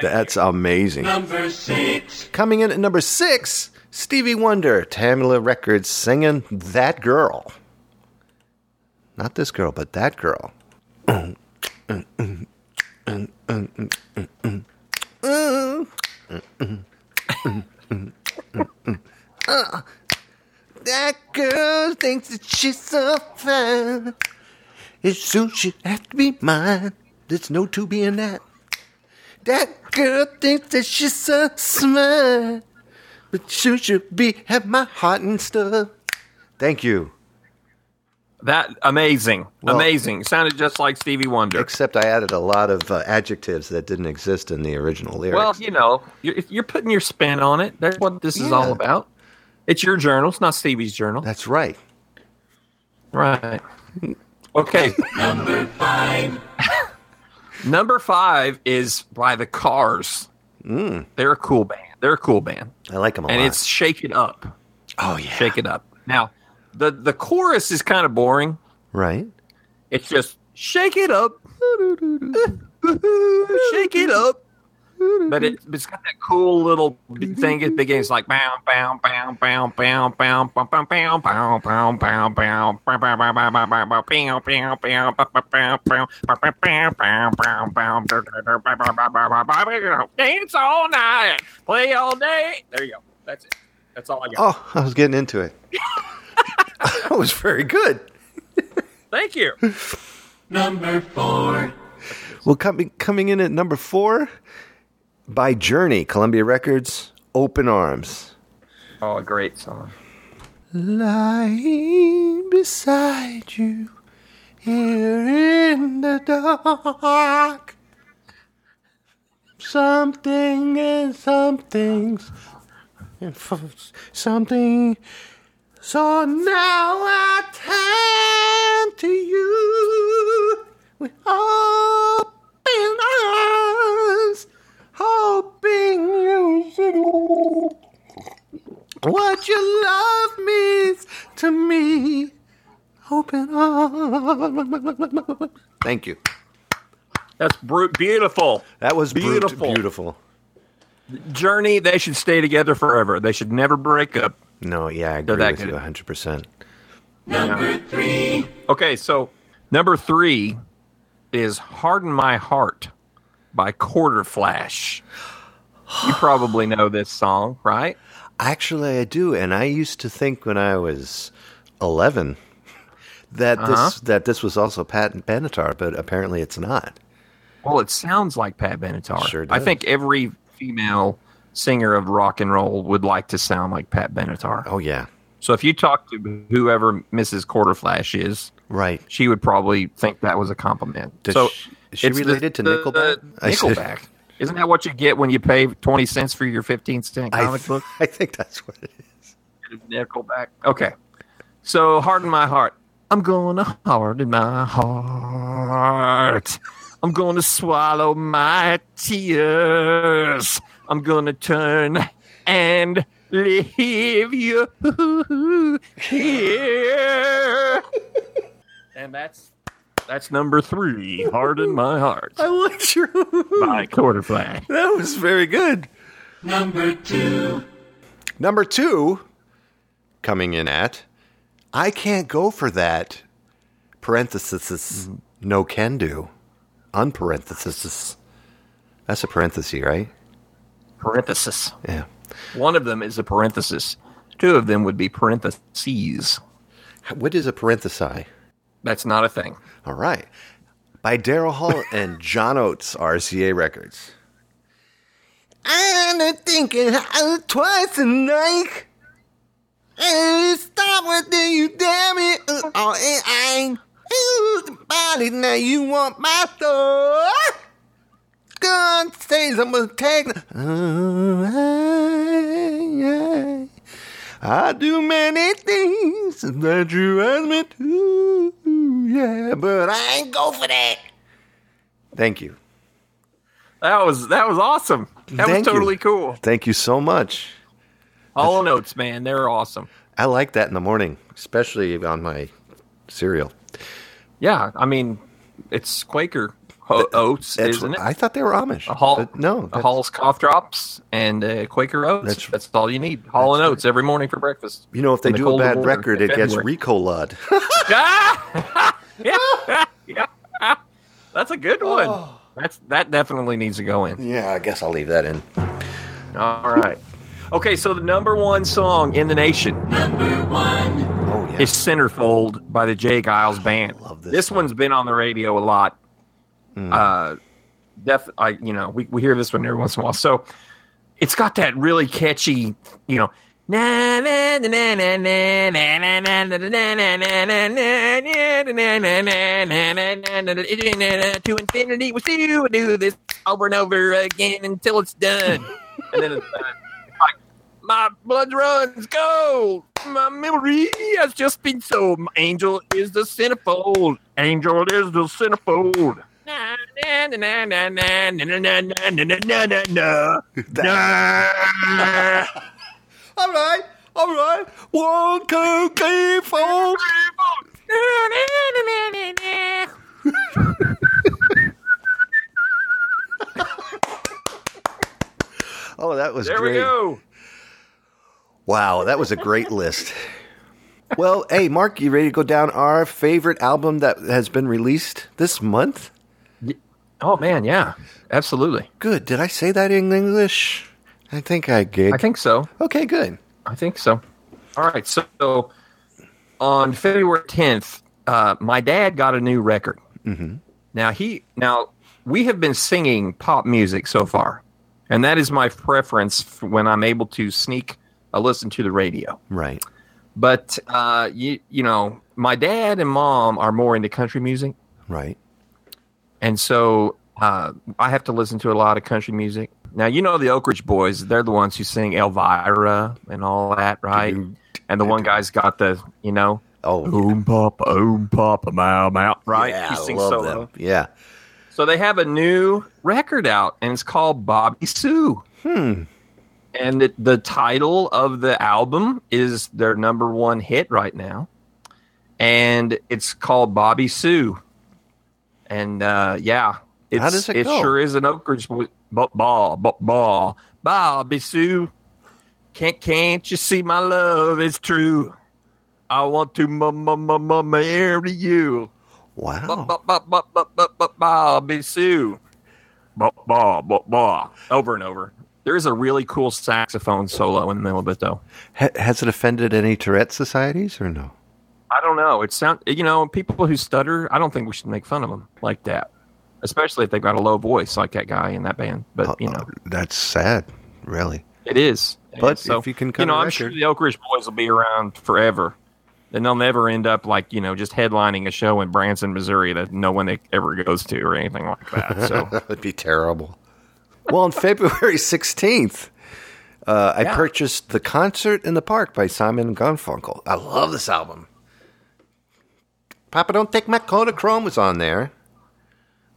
Speaker 2: That's amazing. Number six. Coming in at number six, Stevie Wonder, Tamla Records singing That Girl. Not this girl, but that girl. That girl thinks that she's so fine. It's soon she has to be mine. There's no to be in that. That girl thinks that she's so smart, but she should be have my heart and stuff. Thank you.
Speaker 3: That amazing,
Speaker 2: Well-
Speaker 3: amazing. Sounded just like Stevie Wonder.
Speaker 2: Except I added a lot of uh, adjectives that didn't exist in the original lyrics.
Speaker 3: Well, you know, you're, you're putting your spin on it. That's what this is
Speaker 2: Yeah.
Speaker 3: all about. It's your journal. It's not Stevie's journal.
Speaker 2: that's right.
Speaker 3: Right.
Speaker 2: <laughs>
Speaker 3: Okay. Number five. Number five is by the Cars.
Speaker 2: Mm.
Speaker 3: They're a cool band. They're a cool band,
Speaker 2: I like them a
Speaker 3: and
Speaker 2: lot.
Speaker 3: it's "Shake It Up."
Speaker 2: oh yeah,
Speaker 3: Shake it up. Now, the the chorus is kind of boring.
Speaker 2: right.
Speaker 3: It's just shake it up, shake it up. But it, it's got that cool little thing at the beginning. It's like bow, bow, bow, bow, bow, bow, bow, bow, bow, bow, bow, bow, bow, bow, bow, bow, bow, bow, bow, bow, bow, bow, bow, bow, bow, bow, bow, bow, bow, bow, bow, bow, bow, bow, bow, bow, bow, bow, bow, bow, bow, bow. Dance all night, play all day. There you go. That's it. That's all I got.
Speaker 2: Oh, I was getting into
Speaker 3: <laughs>
Speaker 2: it. that was very good.
Speaker 3: Thank you.
Speaker 2: Well, coming coming in at number four by Journey, Columbia Records, Open Arms.
Speaker 3: Oh, a great song.
Speaker 2: Lying beside you here in the dark. Something and something's and f- something. So now I turn to you with open arms, hoping you should. What your love means to me. Open arms. Thank you.
Speaker 3: That's brute beautiful.
Speaker 2: That was brut-
Speaker 3: Beautiful.
Speaker 2: beautiful.
Speaker 3: Journey, they should stay together forever. They should never break up.
Speaker 2: No, yeah, I agree
Speaker 3: that
Speaker 2: with you
Speaker 3: good.
Speaker 2: 100%.
Speaker 3: Okay, so number three is Harden My Heart by Quarter Flash. You probably know this song, right?
Speaker 2: Actually, I do, and I used to think when I was 11 that
Speaker 3: Uh-huh.
Speaker 2: this that this was also Pat Benatar, but apparently it's not.
Speaker 3: Well, it sounds like Pat Benatar.
Speaker 2: Sure
Speaker 3: I
Speaker 2: does.
Speaker 3: think every female singer of rock and roll would like to sound like Pat Benatar.
Speaker 2: Oh yeah.
Speaker 3: So if you talk to whoever Mrs. Quarter Flash is,
Speaker 2: Right.
Speaker 3: she would probably think that was a compliment.
Speaker 2: Does
Speaker 3: so
Speaker 2: she- is she
Speaker 3: it's the-
Speaker 2: related to
Speaker 3: the-
Speaker 2: Nickelback? I said-
Speaker 3: Nickelback. Isn't that what you get when you pay twenty cents for your fifteen cent
Speaker 2: I,
Speaker 3: comic book?
Speaker 2: <laughs> I think that's what it is.
Speaker 3: Nickelback. Okay. So harden my heart. I'm gonna harden my heart. I'm gonna swallow my tears. I'm gonna turn and leave you here. and that's that's number three. Harden my heart
Speaker 2: I want you.
Speaker 3: by Quarter Flash.
Speaker 2: That was very good. Number two. Number two coming in at I can't go for that. Parenthesis no can do. Unparenthesis. That's a parenthesis, right?
Speaker 3: Parenthesis.
Speaker 2: Yeah.
Speaker 3: One of them is a parenthesis. Two of them would be parentheses.
Speaker 2: What is a parenthesis?
Speaker 3: That's not a thing.
Speaker 2: All right. By Daryl <laughs> Hall and John Oates, RCA Records. I'm not thinking out twice a night. And stop what do you damn it. Uh, Oh, and I use the body now you want my soul. God says I'm gonna take. Uh, I, I, I do many things that you ask me to, yeah, but I ain't go for that. Thank you.
Speaker 3: That was that was awesome. That
Speaker 2: Thank you.
Speaker 3: was totally cool.
Speaker 2: Thank you so much.
Speaker 3: All notes, man, they're awesome.
Speaker 2: I like that in the morning, especially on my cereal.
Speaker 3: Yeah, I mean, it's Quaker ho- oats,
Speaker 2: That's-
Speaker 3: isn't it?
Speaker 2: I thought they were Amish.
Speaker 3: A Hall,
Speaker 2: but no,
Speaker 3: a
Speaker 2: that's-
Speaker 3: Hall's cough drops and uh, Quaker oats.
Speaker 2: That's-
Speaker 3: That's, all you need. Hall and oats every morning for breakfast.
Speaker 2: You know, if they
Speaker 3: In the
Speaker 2: do a
Speaker 3: cold
Speaker 2: bad
Speaker 3: war
Speaker 2: record,
Speaker 3: in
Speaker 2: it gets
Speaker 3: February.
Speaker 2: recoloed.
Speaker 3: Ah! <laughs> yeah, <laughs> yeah. That's a good one.
Speaker 2: Oh.
Speaker 3: That's that definitely needs to go in.
Speaker 2: <laughs> yeah, I guess I'll leave that in. Oh,
Speaker 3: All right. Okay, so the number one song in the nation
Speaker 2: Oh yeah,
Speaker 3: is Centerfold by the Jay Giles Band.
Speaker 2: love this
Speaker 3: this
Speaker 2: song.
Speaker 3: one's been on the radio a lot. Uh, def I you know we, we hear this one every once in a while. So it's got that really catchy, you know. na, na, na, na, na, na, na, na, na, na, na, na, na, na, na, na, na, na, na, na, na, na, To infinity with you, and do this over and over again until it's done. And then it's uh, like, my blood runs cold. My memory has just been so. Angel is the centerfold. Angel is the centerfold. Na, na, na, na, na, na, na, na, na, na, na, na, na. Nah.
Speaker 2: <laughs> All right, all right. One, two, three, four. <laughs> Oh, that was
Speaker 3: there
Speaker 2: great.
Speaker 3: we go.
Speaker 2: Wow, that was a great list. Well, hey, Mark, you ready to go down our favorite album that has been released this month?
Speaker 3: Oh man, yeah, absolutely.
Speaker 2: Good. Did I say that in English? I think I gig.
Speaker 3: I think so.
Speaker 2: Okay, good.
Speaker 3: I think so. All right. So, so on February 10th, uh, my dad got a new record.
Speaker 2: Mm-hmm.
Speaker 3: Now he now we have been singing pop music so far, and that is my preference for when I'm able to sneak a listen to the radio.
Speaker 2: Right.
Speaker 3: But uh, you you know, my dad and mom are more into country music.
Speaker 2: Right.
Speaker 3: and so uh, I have to listen to a lot of country music. Now you know the Oak Ridge Boys; they're the ones who sing Elvira and all that, right? And the one guy's got the you know,
Speaker 2: Oh,
Speaker 3: oom pop, oom pop, mow mow, right?
Speaker 2: Yeah,
Speaker 3: he
Speaker 2: I
Speaker 3: sings
Speaker 2: love
Speaker 3: solo.
Speaker 2: them. Yeah.
Speaker 3: So they have a new record out, and it's called Bobby Sue.
Speaker 2: Hmm.
Speaker 3: And the, the title of the album is their number one hit right now. And it's called Bobby Sue. And uh, yeah, it's,
Speaker 2: does it
Speaker 3: it
Speaker 2: go?
Speaker 3: sure is an Oak Ridge bo- bo- ball, bo- ball. Bobby Sue. Can't, can't you see my love is true? I want to m- m- m- m- marry you. Ba-
Speaker 2: Wow.
Speaker 3: ba- ba- ba- ba- ba- ba- Bobby Sue. Ba- ba- ba- ba. Over and over. There is a really cool saxophone solo in the middle of it, though.
Speaker 2: Ha- has it offended any Tourette societies or no?
Speaker 3: I don't know. It sound you know people who stutter. I don't think we should make fun of them like that, especially if they've got a low voice like that guy in that band. But you know,
Speaker 2: That's sad, <laughs> really.
Speaker 3: it is. It
Speaker 2: But
Speaker 3: is. So,
Speaker 2: if you can cut
Speaker 3: you know,
Speaker 2: a
Speaker 3: I'm
Speaker 2: record-
Speaker 3: sure the Oak Ridge Boys will be around forever, and they'll never end up like you know just headlining a show in Branson, Missouri that no one ever goes to or anything like that. So.
Speaker 2: <laughs> That would be terrible. Well, <laughs> on February 16th, uh, I
Speaker 3: Yeah.
Speaker 2: purchased The Concert in the Park by Simon Garfunkel. I love this album. Papa Don't Take My Kodachrome was on there.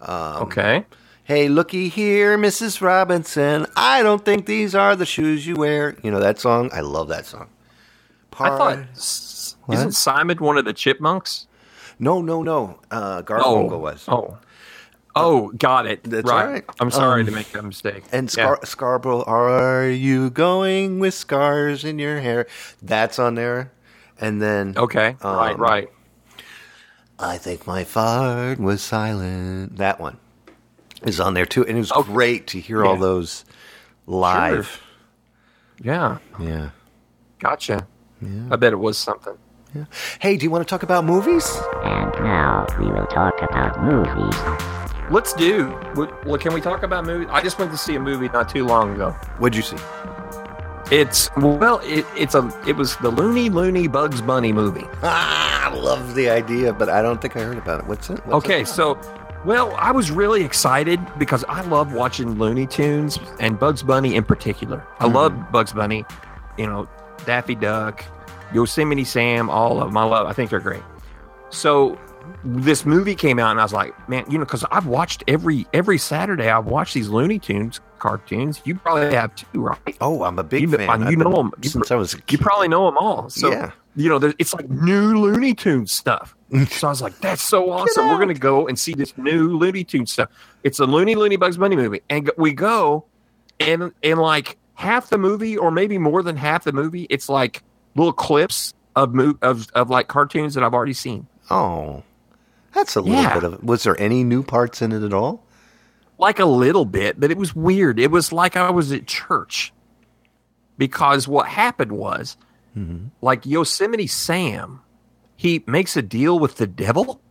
Speaker 3: Okay.
Speaker 2: Hey, looky here, Mrs. Robinson. I don't think these are the shoes you wear. You know that song? I love that song.
Speaker 3: I thought
Speaker 2: Par-
Speaker 3: is
Speaker 2: What?
Speaker 3: isn't Simon one of the chipmunks?
Speaker 2: No, no, no. Uh, Garfunkel was.
Speaker 3: Oh. Oh, got it.
Speaker 2: That's
Speaker 3: right.
Speaker 2: all right.
Speaker 3: I'm sorry
Speaker 2: Um,
Speaker 3: to make that mistake.
Speaker 2: And Scar- Scarborough, are you going with scars in your hair? That's on there. And then
Speaker 3: Yeah. Okay. right,
Speaker 2: Um,
Speaker 3: right.
Speaker 2: I think my fart was silent. That one is on there too, and it was
Speaker 3: Oh,
Speaker 2: great to hear all
Speaker 3: yeah.
Speaker 2: those live.
Speaker 3: Yeah.
Speaker 2: Yeah.
Speaker 3: Gotcha. I bet it was something.
Speaker 2: Hey, do you want to talk about movies?
Speaker 5: And now we will talk about movies.
Speaker 3: Let's do. what- Well, can we talk about movies? I just went to see a movie not too long ago.
Speaker 2: What'd you see?
Speaker 3: It's well, it, it's a it was the Looney Looney Bugs Bunny movie.
Speaker 2: Ah, I love the idea, but I don't think I heard about it. What's it? What's
Speaker 3: Okay,
Speaker 2: it?
Speaker 3: so, well, I was really excited because I love watching Looney Tunes and Bugs Bunny in particular. I
Speaker 2: Mm-hmm.
Speaker 3: love Bugs Bunny, you know, Daffy Duck, Yosemite Sam, all of them. I love. I think they're great. So, this movie came out, and I was like, man, you know, because I've watched every every Saturday. I've watched these Looney Tunes cartoons. You probably have too, right?
Speaker 2: Oh, I'm a big
Speaker 3: You know-
Speaker 2: fan.
Speaker 3: you
Speaker 2: I've
Speaker 3: know
Speaker 2: been-
Speaker 3: 'em. You
Speaker 2: since I was a
Speaker 3: You
Speaker 2: kid.
Speaker 3: probably know them all. So,
Speaker 2: Yeah.
Speaker 3: you know, there- it's like new Looney Tunes stuff. so I was like, that's so awesome. We're going to go and see this new Looney Tunes stuff. It's a Looney Looney Bugs Bunny movie. And g- we go, and in like half the movie, or maybe more than half the movie, it's like little clips of mo- of, of like cartoons that I've already seen.
Speaker 2: Oh, that's a little
Speaker 3: Yeah.
Speaker 2: bit of. Was there any new parts in it at all?
Speaker 3: like a little bit, but it was weird. It was like I was at church because what happened was like Yosemite Sam, he makes a deal with the devil.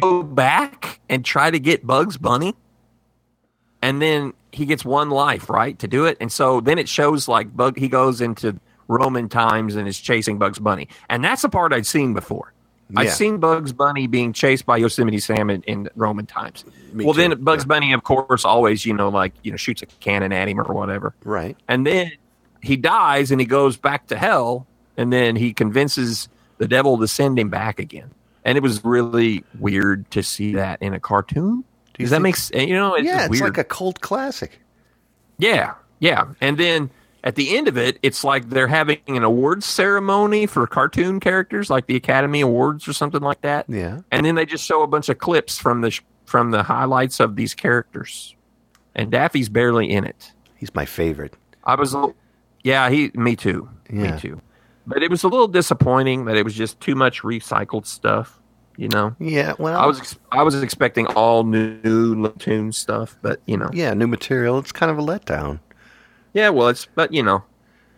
Speaker 3: go back and try to get Bugs Bunny? And then he gets one life, right, to do it. And so then it shows like Bug he goes into Roman times and is chasing Bugs Bunny. And that's the part I'd seen before.
Speaker 2: Yeah.
Speaker 3: I've seen Bugs Bunny being chased by Yosemite Sam in, in Roman times.
Speaker 2: Me
Speaker 3: well,
Speaker 2: too.
Speaker 3: then Bugs Bunny, of course, always you know like you know shoots a cannon at him or whatever.
Speaker 2: Right.
Speaker 3: And then he dies and he goes back to hell. And then he convinces the devil to send him back again. And it was really weird to see that in a cartoon.
Speaker 2: you
Speaker 3: Does that
Speaker 2: think-
Speaker 3: make sense? You know, it's
Speaker 2: yeah,
Speaker 3: just
Speaker 2: it's
Speaker 3: weird.
Speaker 2: like a cult classic.
Speaker 3: yeah, yeah. And then at the end of it, it's like they're having an awards ceremony for cartoon characters, like the Academy Awards or something like that.
Speaker 2: Yeah.
Speaker 3: And then they just show a bunch of clips from the sh- from the highlights of these characters. And Daffy's barely in it.
Speaker 2: He's my favorite.
Speaker 3: I was, a- yeah, he, me too,
Speaker 2: Yeah.
Speaker 3: me too. But it was a little disappointing that it was just too much recycled stuff. You know,
Speaker 2: Yeah. Well,
Speaker 3: I was ex- I was expecting all new, new tune stuff, but you know,
Speaker 2: yeah, new material. It's kind of a letdown.
Speaker 3: yeah, well, it's but you know,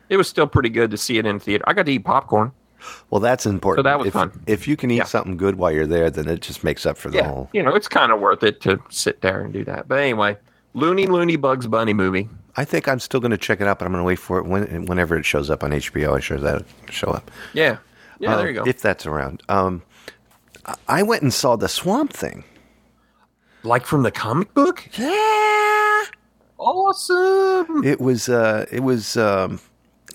Speaker 3: it was still pretty good to see it in theater. I got to eat popcorn.
Speaker 2: Well, that's important.
Speaker 3: So that was
Speaker 2: if,
Speaker 3: fun.
Speaker 2: If you can eat
Speaker 3: Yeah.
Speaker 2: something good while you're there, then it just makes up for the
Speaker 3: Yeah,
Speaker 2: whole.
Speaker 3: you know, it's kind of worth it to sit there and do that. But anyway, Looney Looney Bugs Bunny movie.
Speaker 2: I think I'm still going to check it out, but I'm going to wait for it when, whenever it shows up on HBO. I sure that show up.
Speaker 3: Yeah, yeah,
Speaker 2: Uh,
Speaker 3: there you go.
Speaker 2: If that's around. Um, I- I went and saw the Swamp Thing.
Speaker 3: like from the comic book. Yeah, awesome.
Speaker 2: It was uh, it was um,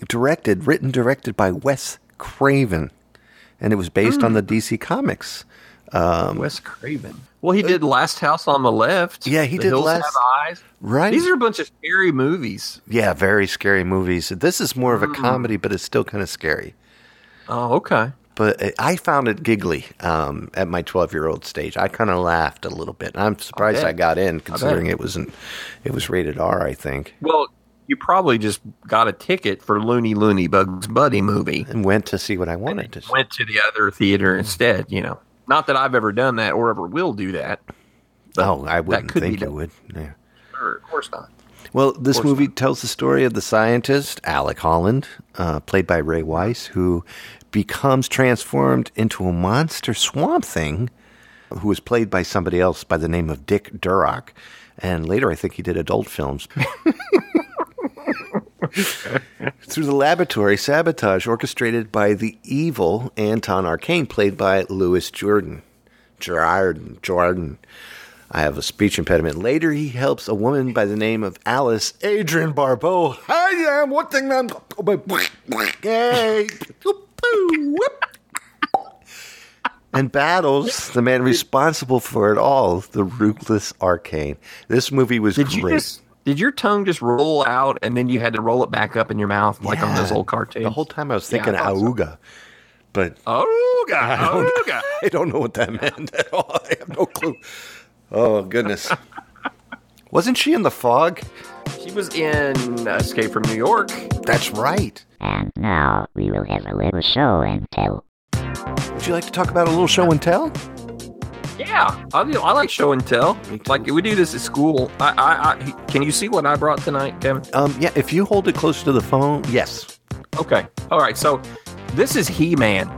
Speaker 2: directed, written, directed by Wes Craven, and it was based on the
Speaker 3: Hmm.
Speaker 2: DC comics.
Speaker 3: Wes Craven. Well, he did Last House on the Left.
Speaker 2: Yeah, he
Speaker 3: The
Speaker 2: did
Speaker 3: Hills
Speaker 2: Last-
Speaker 3: Have Eyes.
Speaker 2: Right.
Speaker 3: These are a bunch of scary movies.
Speaker 2: Yeah, very scary movies. This is more of
Speaker 3: Hmm.
Speaker 2: a comedy, but it's still kind of scary.
Speaker 3: Oh, okay.
Speaker 2: But uh, I- I found it giggly um, at my 12 year old stage. I kind of laughed a little bit. I'm surprised
Speaker 3: bet.
Speaker 2: I, got in,
Speaker 3: bet.
Speaker 2: considering it wasn't. It was rated R, I think,
Speaker 3: Well, you probably just got a ticket for Looney Looney Bugs Buddy movie.
Speaker 2: and went to see what I wanted to. see.
Speaker 3: Went to the other theater instead. You know, not that I've ever done that or ever will do that. but
Speaker 2: Oh, I
Speaker 3: that
Speaker 2: wouldn't
Speaker 3: could be
Speaker 2: think you
Speaker 3: done.
Speaker 2: would. Yeah.
Speaker 3: Sure, of course not.
Speaker 2: Well, this
Speaker 3: course
Speaker 2: movie tells the story of the scientist Alec Holland, uh, played by Ray Weiss, who becomes transformed into a monster swamp thing, who was played by somebody else by the name of Dick Durock. And later, I think he did adult films. <laughs> Through the laboratory sabotage orchestrated by the evil Anton Arcane, played by Louis Jordan. Jordan, Jordan. I have a speech impediment. Later, he helps a woman by the name of Alice Adrian Barbeau. I am one thing I'm. Hey. And battles the man responsible for it all, the ruthless Arcane. This movie was
Speaker 3: Did
Speaker 2: great.
Speaker 3: you just? Did your tongue just roll out and then you had to roll it back up in your mouth like on
Speaker 2: Yeah.
Speaker 3: those old cartoons?
Speaker 2: The whole time I was
Speaker 3: Yeah, I
Speaker 2: thinking
Speaker 3: thought so.
Speaker 2: Auga, but
Speaker 3: Oh, God. Oh, God.
Speaker 2: <laughs> I don't know what that meant at all. I have no clue. Oh
Speaker 3: <laughs>
Speaker 2: goodness! Wasn't she in the fog?
Speaker 3: She was in Escape from New York.
Speaker 2: That's right.
Speaker 5: And now we will have a little show and tell.
Speaker 2: Would you like to talk about a little show and tell?
Speaker 3: Yeah, I, do- I like show and tell.
Speaker 2: Me too.
Speaker 3: Like we do this at school. I, I, I can you see what I brought tonight, Kevin?
Speaker 2: Um, yeah. If you hold it close to the phone, yes.
Speaker 3: Okay, all right. So this is He Man,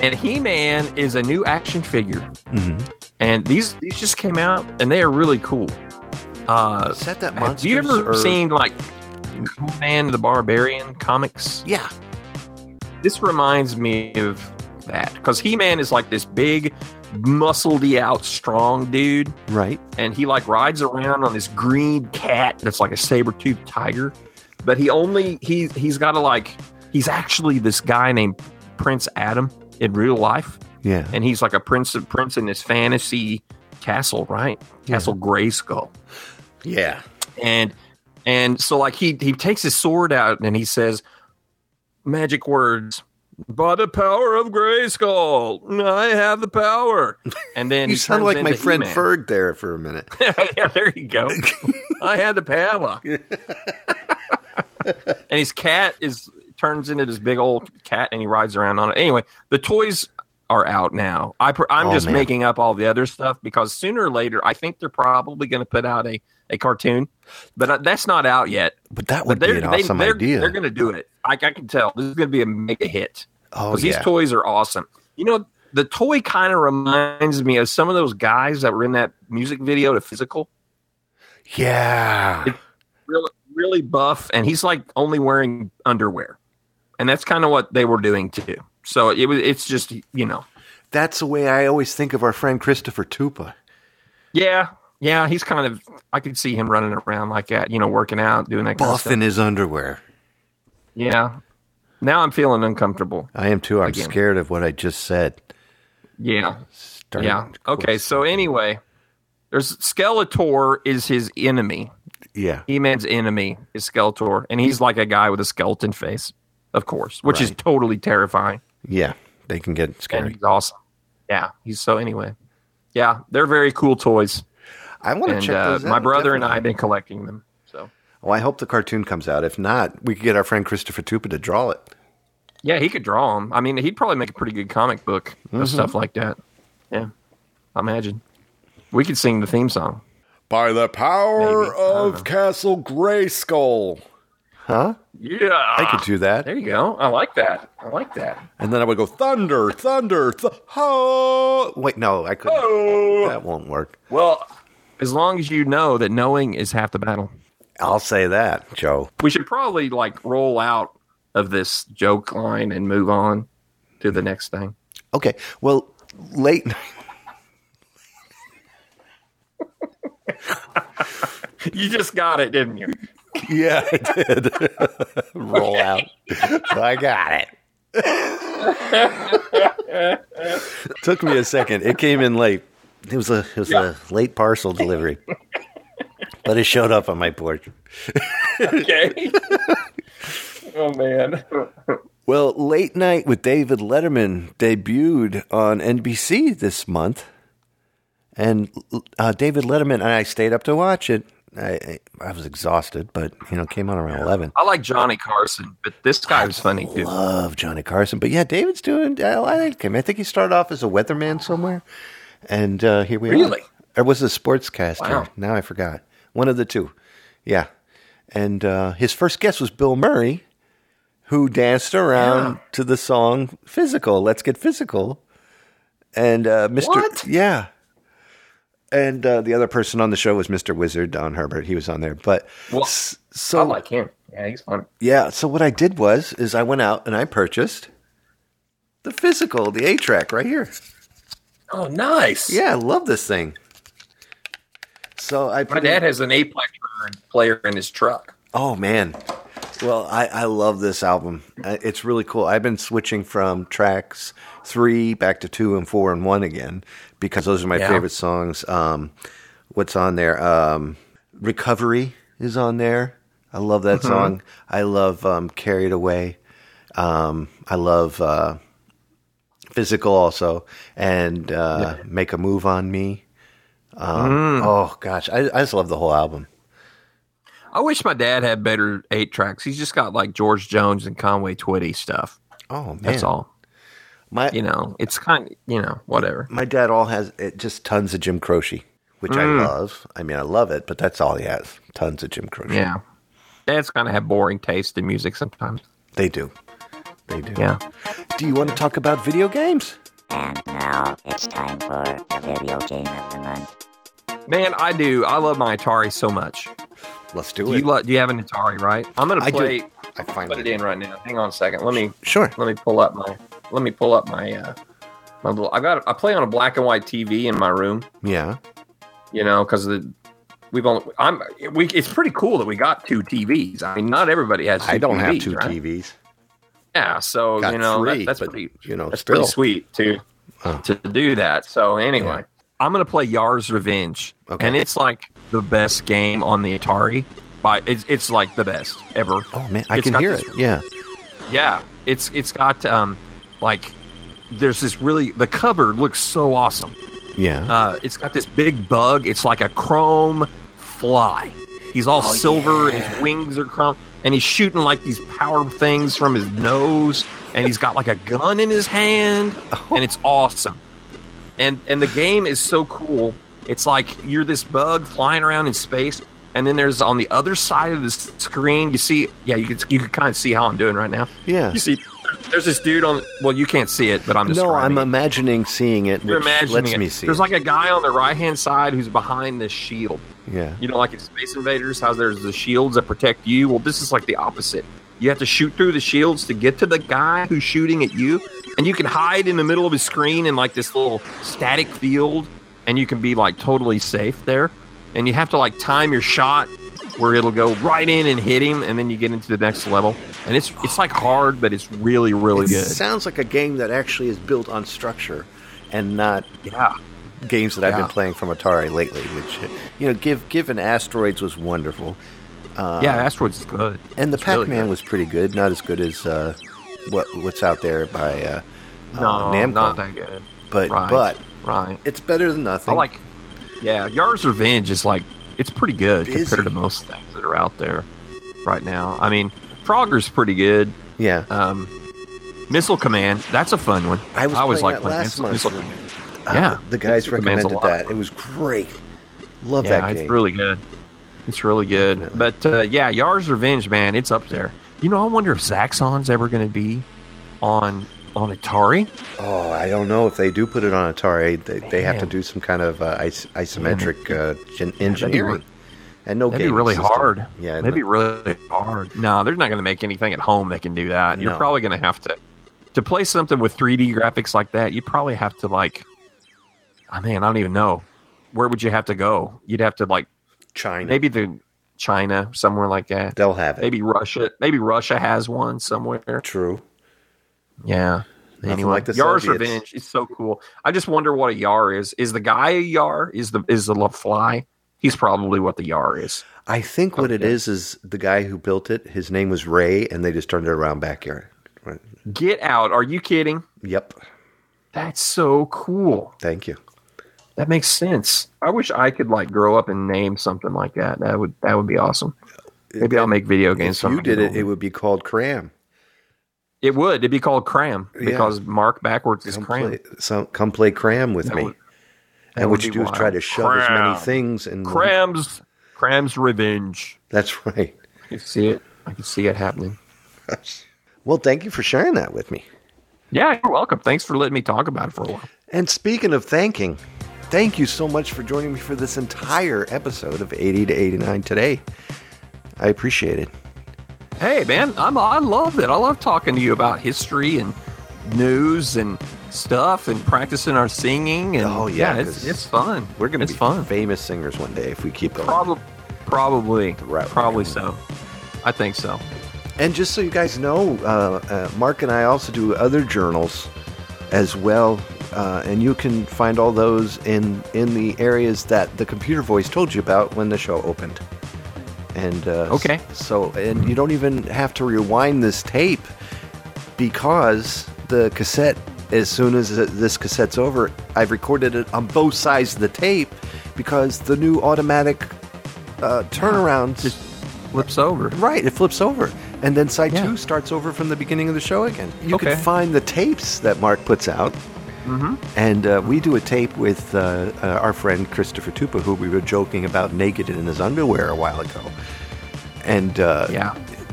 Speaker 3: and He Man is a new action figure,
Speaker 2: Mm-hmm.
Speaker 3: and these these just came out, and they are really cool. Uh,
Speaker 2: Is that that
Speaker 3: have
Speaker 2: monster?
Speaker 3: you ever seen like Cool Man the Barbarian comics?
Speaker 2: Yeah.
Speaker 3: this reminds me of that because he-man is like this big muscledy out strong dude
Speaker 2: Right.
Speaker 3: and he like rides around on this green cat that's like a saber-toothed tiger but he only he he's got to like he's actually this guy named prince adam in real life
Speaker 2: Yeah.
Speaker 3: and he's like a prince prince in this fantasy castle right
Speaker 2: Yeah.
Speaker 3: castle gray skull
Speaker 2: Yeah.
Speaker 3: and and so like he he takes his sword out and he says magic words by the power of Grayskull, I have the power. And then
Speaker 2: You
Speaker 3: he
Speaker 2: sound
Speaker 3: turns
Speaker 2: like my
Speaker 3: into
Speaker 2: friend
Speaker 3: He-Man.
Speaker 2: Ferg there for a minute.
Speaker 3: <laughs> yeah, there
Speaker 2: <laughs>
Speaker 3: you go. I had the power. <laughs> and his cat is turns into this big old cat, and he rides around on it. Anyway, the toys are out now. I pr- I'm
Speaker 2: Oh,
Speaker 3: just
Speaker 2: man.
Speaker 3: making up all the other stuff because sooner or later, I think they're probably going to put out a a cartoon, but uh, that's not out yet.
Speaker 2: <laughs> But that
Speaker 3: But
Speaker 2: would be
Speaker 3: they're
Speaker 2: an awesome
Speaker 3: they, are
Speaker 2: idea.
Speaker 3: they're going to do it. I, I can tell this is going to be a mega hit
Speaker 2: oh
Speaker 3: because
Speaker 2: yeah.
Speaker 3: these toys are awesome. You know, the toy kind of reminds me of some of those guys that were in that music video to physical
Speaker 2: Yeah.
Speaker 3: really, really buff, and he's like only wearing underwear, and that's kind of what they were doing too. So it was, it's just you know,
Speaker 2: That's the way I always think of our friend Christopher Tupa.
Speaker 3: yeah, yeah, he's kind of. I could see him running around like that, you know, working out, doing that kind of
Speaker 2: Buff
Speaker 3: stuff.
Speaker 2: in his underwear.
Speaker 3: yeah. Now I'm feeling uncomfortable.
Speaker 2: I am too. I'm
Speaker 3: Again.
Speaker 2: scared of what I just said.
Speaker 3: Yeah,
Speaker 2: Darn
Speaker 3: yeah.
Speaker 2: it.
Speaker 3: Okay, so anyway, there's Skeletor is his enemy.
Speaker 2: Yeah.
Speaker 3: He Man's enemy is Skeletor, and he's like a guy with a skeleton face, of course, which is
Speaker 2: Right.
Speaker 3: totally terrifying.
Speaker 2: Yeah. They can get
Speaker 3: and
Speaker 2: scary.
Speaker 3: he's awesome. Yeah, he's so anyway. Yeah, they're very cool toys,
Speaker 2: I want to
Speaker 3: and
Speaker 2: check
Speaker 3: uh,
Speaker 2: those out.
Speaker 3: my brother and I
Speaker 2: definitely.
Speaker 3: have been collecting them. So
Speaker 2: Well, I hope the cartoon comes out. If not, we could get our friend Christopher Tupa to draw it.
Speaker 3: yeah, he could draw them. I mean, he'd probably make a pretty good comic book
Speaker 2: Mm-hmm.
Speaker 3: of stuff like that. Yeah, I imagine we could sing the theme song.
Speaker 6: By the power
Speaker 3: Maybe. I don't know.
Speaker 6: of Castle Grayskull.
Speaker 2: Huh?
Speaker 3: Yeah,
Speaker 2: I could do that.
Speaker 3: there you go. I like that. I like that.
Speaker 6: And then I would go thunder, thunder, th- ho.
Speaker 2: Wait, no, I couldn't.
Speaker 6: ho.
Speaker 2: That won't work.
Speaker 3: Well, as long as you know that knowing is half the battle,
Speaker 2: I'll say that, Joe.
Speaker 3: we should probably like roll out of this joke line and move on to the next thing. <laughs>
Speaker 2: Okay. Well, late night.
Speaker 3: You just got it, didn't you?
Speaker 2: Yeah, I did. <laughs> Roll out. I got it. Took me a second. It came in late. It was a it was a late parcel delivery. But it showed up on my porch. <laughs>
Speaker 3: okay. oh man.
Speaker 2: Well, Late Night with David Letterman debuted on NBC this month, and uh, David Letterman and I stayed up to watch it. I, I I was exhausted, but you know, it came on around eleven.
Speaker 3: I like Johnny Carson, but this guy was funny too.
Speaker 2: Love Johnny Carson, but yeah, David's doing. I like him. I think he started off as a weatherman somewhere, and uh, here we are.
Speaker 3: Really?
Speaker 2: Or was it a sportscaster?
Speaker 3: Wow.
Speaker 2: Now I forgot. One of the two. Yeah, and uh, his first guest was Bill Murray, who danced around to the song "Physical." Let's get physical. And uh, Mr.
Speaker 3: What?
Speaker 2: Yeah. And uh, the other person on the show was Mr. Wizard Don Herbert. He was on there, but
Speaker 3: Well,
Speaker 2: s-
Speaker 3: I
Speaker 2: so
Speaker 3: like him. Yeah, he's funny.
Speaker 2: yeah. So what I did was is I went out and I purchased the physical, the A track right here.
Speaker 3: Oh, nice.
Speaker 2: Yeah, I love this thing. So I
Speaker 3: My
Speaker 2: put
Speaker 3: dad
Speaker 2: it-
Speaker 3: has an Aplex player in his truck.
Speaker 2: oh man. Well, I, I love this album. Uh, It's really cool. I've been switching from tracks three back to two and four and one again because those are my
Speaker 3: Yeah.
Speaker 2: favorite songs. Um, what's on there? Um, Recovery is on there. I love that
Speaker 3: Uh-huh.
Speaker 2: song. I love um, Carried Away. Um, I love uh, Physical also and uh, Make a Move on Me.
Speaker 3: Mm.
Speaker 2: Um, Oh gosh, I, I just love the whole album.
Speaker 3: I wish my dad had better eight tracks. He's just got like George Jones and Conway Twitty stuff.
Speaker 2: Oh man,
Speaker 3: That's all.
Speaker 2: My
Speaker 3: You know, it's kind of, you know, whatever.
Speaker 2: my dad all has it, just tons of Jim Croce, which
Speaker 3: Mm.
Speaker 2: I love. I mean, I love it, but that's all he has. Tons of Jim Croce.
Speaker 3: Yeah. Dads kind of have boring taste in music sometimes.
Speaker 2: They do. They do.
Speaker 3: Yeah.
Speaker 2: Do you want to talk about video games?
Speaker 5: And now it's time for the video game of the month.
Speaker 3: Man, I do. I love my Atari so much.
Speaker 2: Let's do
Speaker 3: Do
Speaker 2: it.
Speaker 3: you, lo- do you have an Atari, right? I'm going
Speaker 2: I
Speaker 3: to
Speaker 2: do.
Speaker 3: play.
Speaker 2: I
Speaker 3: put it
Speaker 2: finally
Speaker 3: in right now. Hang on a second. Let me
Speaker 2: Sure.
Speaker 3: let me pull up my let me pull up my uh my little. I got I play on a black and white TV in my room.
Speaker 2: Yeah.
Speaker 3: You know, because the we've only I'm we it's pretty cool that we got two TVs. I mean, not everybody has. Two
Speaker 2: I don't have
Speaker 3: TVs,
Speaker 2: two
Speaker 3: right?
Speaker 2: TVs.
Speaker 3: Yeah, so
Speaker 2: Got
Speaker 3: Oh, you know that-
Speaker 2: three,
Speaker 3: that's
Speaker 2: but,
Speaker 3: pretty
Speaker 2: you know,
Speaker 3: that's
Speaker 2: still.
Speaker 3: pretty sweet to
Speaker 2: Oh.
Speaker 3: to do that. So anyway, I'm gonna play Yar's Revenge,
Speaker 2: Okay.
Speaker 3: and it's like the best game on the Atari. By it's it's like the best ever.
Speaker 2: Oh man, I
Speaker 3: It's
Speaker 2: can
Speaker 3: got
Speaker 2: hear
Speaker 3: this-
Speaker 2: it. Yeah.
Speaker 3: Yeah, it's it's got um, like there's this really the cupboard looks so awesome.
Speaker 2: Yeah.
Speaker 3: Uh, it's got this big bug. It's like a chrome fly. He's all silver. and His wings are chrome, and he's shooting like these power things from his nose. And he's got like a gun in his hand, and it's awesome. And and the game is so cool. It's like you're this bug flying around in space, and then there's on the other side of the s- screen. You see, yeah, you can you can kind of see how I'm doing right now.
Speaker 2: yeah.
Speaker 3: You see, There's this dude on. Well, you can't see it, but I'm
Speaker 2: No,
Speaker 3: describing.
Speaker 2: I'm
Speaker 3: it.
Speaker 2: imagining seeing it.
Speaker 3: You're
Speaker 2: which
Speaker 3: imagining
Speaker 2: lets
Speaker 3: it.
Speaker 2: me see.
Speaker 3: There's
Speaker 2: it.
Speaker 3: like a guy on the right hand side who's behind this shield.
Speaker 2: yeah.
Speaker 3: You know, like in Space Invaders, how there's the shields that protect you. Well, this is like the opposite. You have to shoot through the shields to get to the guy who's shooting at you, and you can hide in the middle of his screen in like this little static field, and you can be like totally safe there. And you have to like time your shot where it'll go right in and hit him, and then you get into the next level. And it's it's like hard, but it's really really
Speaker 2: It
Speaker 3: good.
Speaker 2: sounds like a game that actually is built on structure and not
Speaker 3: yeah,
Speaker 2: games that I've
Speaker 3: Yeah.
Speaker 2: been playing from Atari lately, which you know, give given asteroids was wonderful, Uh,
Speaker 3: yeah, Asteroids is good.
Speaker 2: and the
Speaker 3: It's really
Speaker 2: Pac-Man was pretty good, not as good as uh, what what's out there by uh,
Speaker 3: good. no,
Speaker 2: uh, Namco,
Speaker 3: not that good.
Speaker 2: but
Speaker 3: right,
Speaker 2: but
Speaker 3: right.
Speaker 2: it's better than nothing.
Speaker 3: I like, yeah, Yars Revenge is like, it's pretty good
Speaker 2: Busy.
Speaker 3: compared to most things that are out there right now. I mean, Frogger's pretty good.
Speaker 2: yeah,
Speaker 3: Um, Missile Command, that's a fun one.
Speaker 2: I was
Speaker 3: always
Speaker 2: playing
Speaker 3: like
Speaker 2: that last month.
Speaker 3: Missile Command.
Speaker 2: Uh,
Speaker 3: yeah,
Speaker 2: the guys
Speaker 3: Missile Command's a
Speaker 2: recommended
Speaker 3: lot of
Speaker 2: that.
Speaker 3: fun.
Speaker 2: It was great. Love
Speaker 3: yeah,
Speaker 2: that game.
Speaker 3: it's really good. It's really good. But uh, yeah, Yars Revenge, man, it's up there. You know, I wonder if Zaxxon's ever going to be on on Atari.
Speaker 2: oh, I don't know if they do put it on Atari. They, they have to
Speaker 3: Man.
Speaker 2: do some kind of uh, is- isometric uh, gen-
Speaker 3: re-
Speaker 2: engineering. And no
Speaker 3: That'd be
Speaker 2: gaming
Speaker 3: really
Speaker 2: system.
Speaker 3: hard.
Speaker 2: Yeah,
Speaker 3: that'd be really hard. No, they're not going to make anything at home that can do that. You're
Speaker 2: No.
Speaker 3: probably going to have to to play something with 3D graphics like that. You'd probably have to like, I mean, I don't even know where would you have to go. You'd have to like
Speaker 2: China.
Speaker 3: maybe the China somewhere like that.
Speaker 2: they'll have it.
Speaker 3: Maybe Russia. Maybe Russia has one somewhere.
Speaker 2: True.
Speaker 3: Yeah.
Speaker 2: Nothing like the
Speaker 3: Yar's
Speaker 2: Soviets.
Speaker 3: Revenge is so cool. I just wonder what a Yar is. Is the guy a Yar? Is the is the lo- fly? He's probably what the Yar is.
Speaker 2: I think what it
Speaker 3: Okay.
Speaker 2: is is the guy who built it. His name was Ray, and they just turned it around backyard. Right.
Speaker 3: Get out. Are you kidding?
Speaker 2: Yep.
Speaker 3: That's so cool.
Speaker 2: Thank you.
Speaker 3: That makes sense. I wish I could like grow up and name something like that. That would that would be awesome. Maybe I'll make video games.
Speaker 2: If you
Speaker 3: someday.
Speaker 2: did it, it would be called Cram.
Speaker 3: It would. It'd be called Cram
Speaker 2: Yeah.
Speaker 3: because Mark backwards is
Speaker 2: Come
Speaker 3: Cram.
Speaker 2: play, some, come play Cram with
Speaker 3: That
Speaker 2: me.
Speaker 3: would- that
Speaker 2: and
Speaker 3: would
Speaker 2: what you
Speaker 3: be
Speaker 2: do is try
Speaker 3: wild.
Speaker 2: to shove as many
Speaker 3: Cram.
Speaker 2: things in.
Speaker 3: Cram's Cram's Revenge.
Speaker 2: <laughs> That's right.
Speaker 3: I can see it. I can see it happening.
Speaker 2: Well, thank you for sharing that with me.
Speaker 3: Yeah, you're welcome. Thanks for letting me talk about it for a while.
Speaker 2: And speaking of thanking, thank you so much for joining me for this entire episode of 80 to 89 today. I appreciate it.
Speaker 3: Hey man, I'm I love it. I love talking to you about history and news and stuff and practicing our singing and
Speaker 2: Oh, yeah,
Speaker 3: it's,
Speaker 2: 'cause
Speaker 3: it's fun.
Speaker 2: We're going to
Speaker 3: It's
Speaker 2: be
Speaker 3: fun.
Speaker 2: famous singers one day if we keep going.
Speaker 3: Probably, probably,
Speaker 2: route we're
Speaker 3: probably so. I think so.
Speaker 2: And just so you guys know, uh, uh, Mark and I also do other journals as well, uh, and you can find all those in in the areas that the computer voice told you about when the show opened. And uh,
Speaker 3: Okay.
Speaker 2: so and you don't even have to rewind this tape because the cassette, as soon as this cassette's over, I've recorded it on both sides of the tape because the new automatic uh, turnarounds.
Speaker 3: Just flips over.
Speaker 2: Right, it flips over. And then side
Speaker 3: Yeah.
Speaker 2: two starts over from the beginning of the show again. You
Speaker 3: Okay. Mm-hmm.
Speaker 2: can find the tapes that Mark puts out. And uh, we do a tape with uh, uh, our friend Christopher Tupa, who we were joking about naked in his underwear a while ago. And uh,
Speaker 3: Yeah.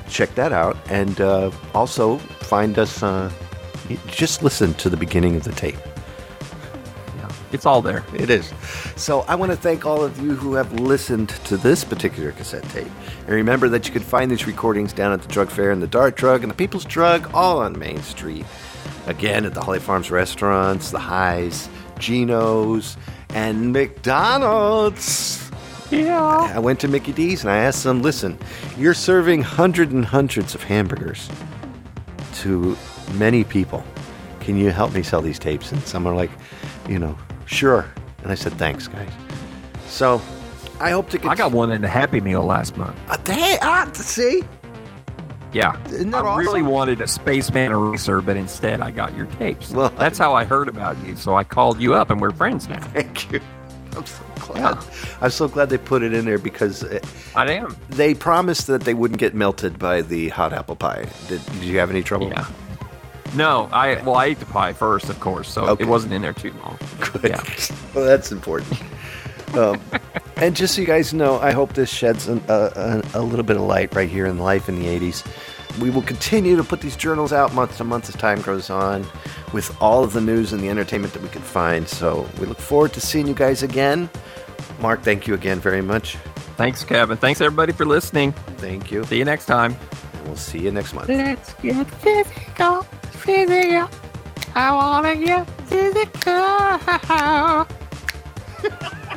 Speaker 2: check that out. And uh, also find us, uh, just listen to the beginning of the tape.
Speaker 3: Yeah. It's all there.
Speaker 2: It is. So I want to thank all of you who have listened to this particular cassette tape. And remember that you can find these recordings down at the drug fair and the dart drug and the people's drug, all on Main Street. Again, at the Holly Farms restaurants, the Highs, Geno's, and McDonald's.
Speaker 3: Yeah.
Speaker 2: I went to Mickey D's and I asked them, listen, you're serving hundreds and hundreds of hamburgers to many people. Can you help me sell these tapes? And some are like, you know, sure. And I said, thanks, guys. So I hope to get.
Speaker 3: I got one in the Happy Meal last month.
Speaker 2: A day. Ah, see?
Speaker 3: Yeah.
Speaker 2: Isn't that
Speaker 3: I really
Speaker 2: awesome?
Speaker 3: wanted a Spaceman eraser, but instead I got your tapes.
Speaker 2: Well,
Speaker 3: that's how I heard about you. So I called you up and we're
Speaker 2: <laughs>
Speaker 3: friends now.
Speaker 2: Thank you. I'm so glad.
Speaker 3: Yeah.
Speaker 2: I'm so glad they put it in there because uh,
Speaker 3: I am.
Speaker 2: they promised that they wouldn't get melted by the hot apple pie. Did, did you have any trouble?
Speaker 3: Yeah. No, I well I ate the pie first, of course, so
Speaker 2: Okay.
Speaker 3: it wasn't in there too long.
Speaker 2: Good.
Speaker 3: Yeah.
Speaker 2: <laughs> well, that's important. Um, and just so you guys know, I hope this sheds an, uh, a, a little bit of light right here in life in the 80s. We will continue to put these journals out month to month as time goes on with all of the news and the entertainment that we could find. So we look forward to seeing you guys again. Mark, thank you again very much.
Speaker 3: Thanks, Kevin. Thanks, everybody, for listening.
Speaker 2: Thank you.
Speaker 3: See you next time.
Speaker 2: And we'll see you next month.
Speaker 7: Let's get physical, physical. I wanna get physical.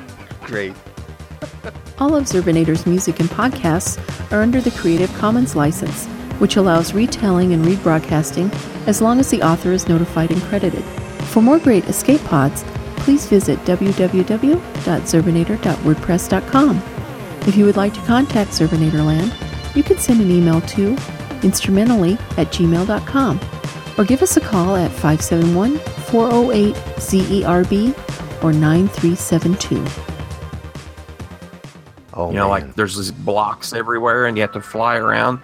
Speaker 7: <laughs>
Speaker 2: Great.
Speaker 8: All of Zerbinator's music and podcasts are under the Creative Commons license, which allows retelling and rebroadcasting as long as the author is notified and credited. For more great escape pods, please visit www.zerbinator.wordpress.com. If you would like to contact Zerbinator Land, you can send an email to instrumentally at gmail.com or give us a call at 571 408 ZERB E or 9372.
Speaker 2: Oh,
Speaker 3: you know,
Speaker 2: man.
Speaker 3: like there's these blocks everywhere, and you have to fly around,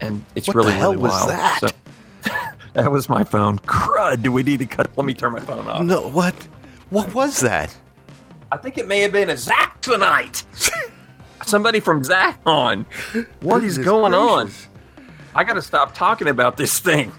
Speaker 3: and it's
Speaker 2: What
Speaker 3: really
Speaker 2: the hell
Speaker 3: really
Speaker 2: was
Speaker 3: wild.
Speaker 2: that?
Speaker 3: So- <laughs> that was my phone. Crud! Do we need to cut? Let me turn my phone off.
Speaker 2: no, what? What was that?
Speaker 3: I think it may have been a Zach tonight. <laughs> Somebody from Zach on. What is
Speaker 2: Goodness
Speaker 3: going
Speaker 2: gracious.
Speaker 3: on? I got to stop talking about this thing.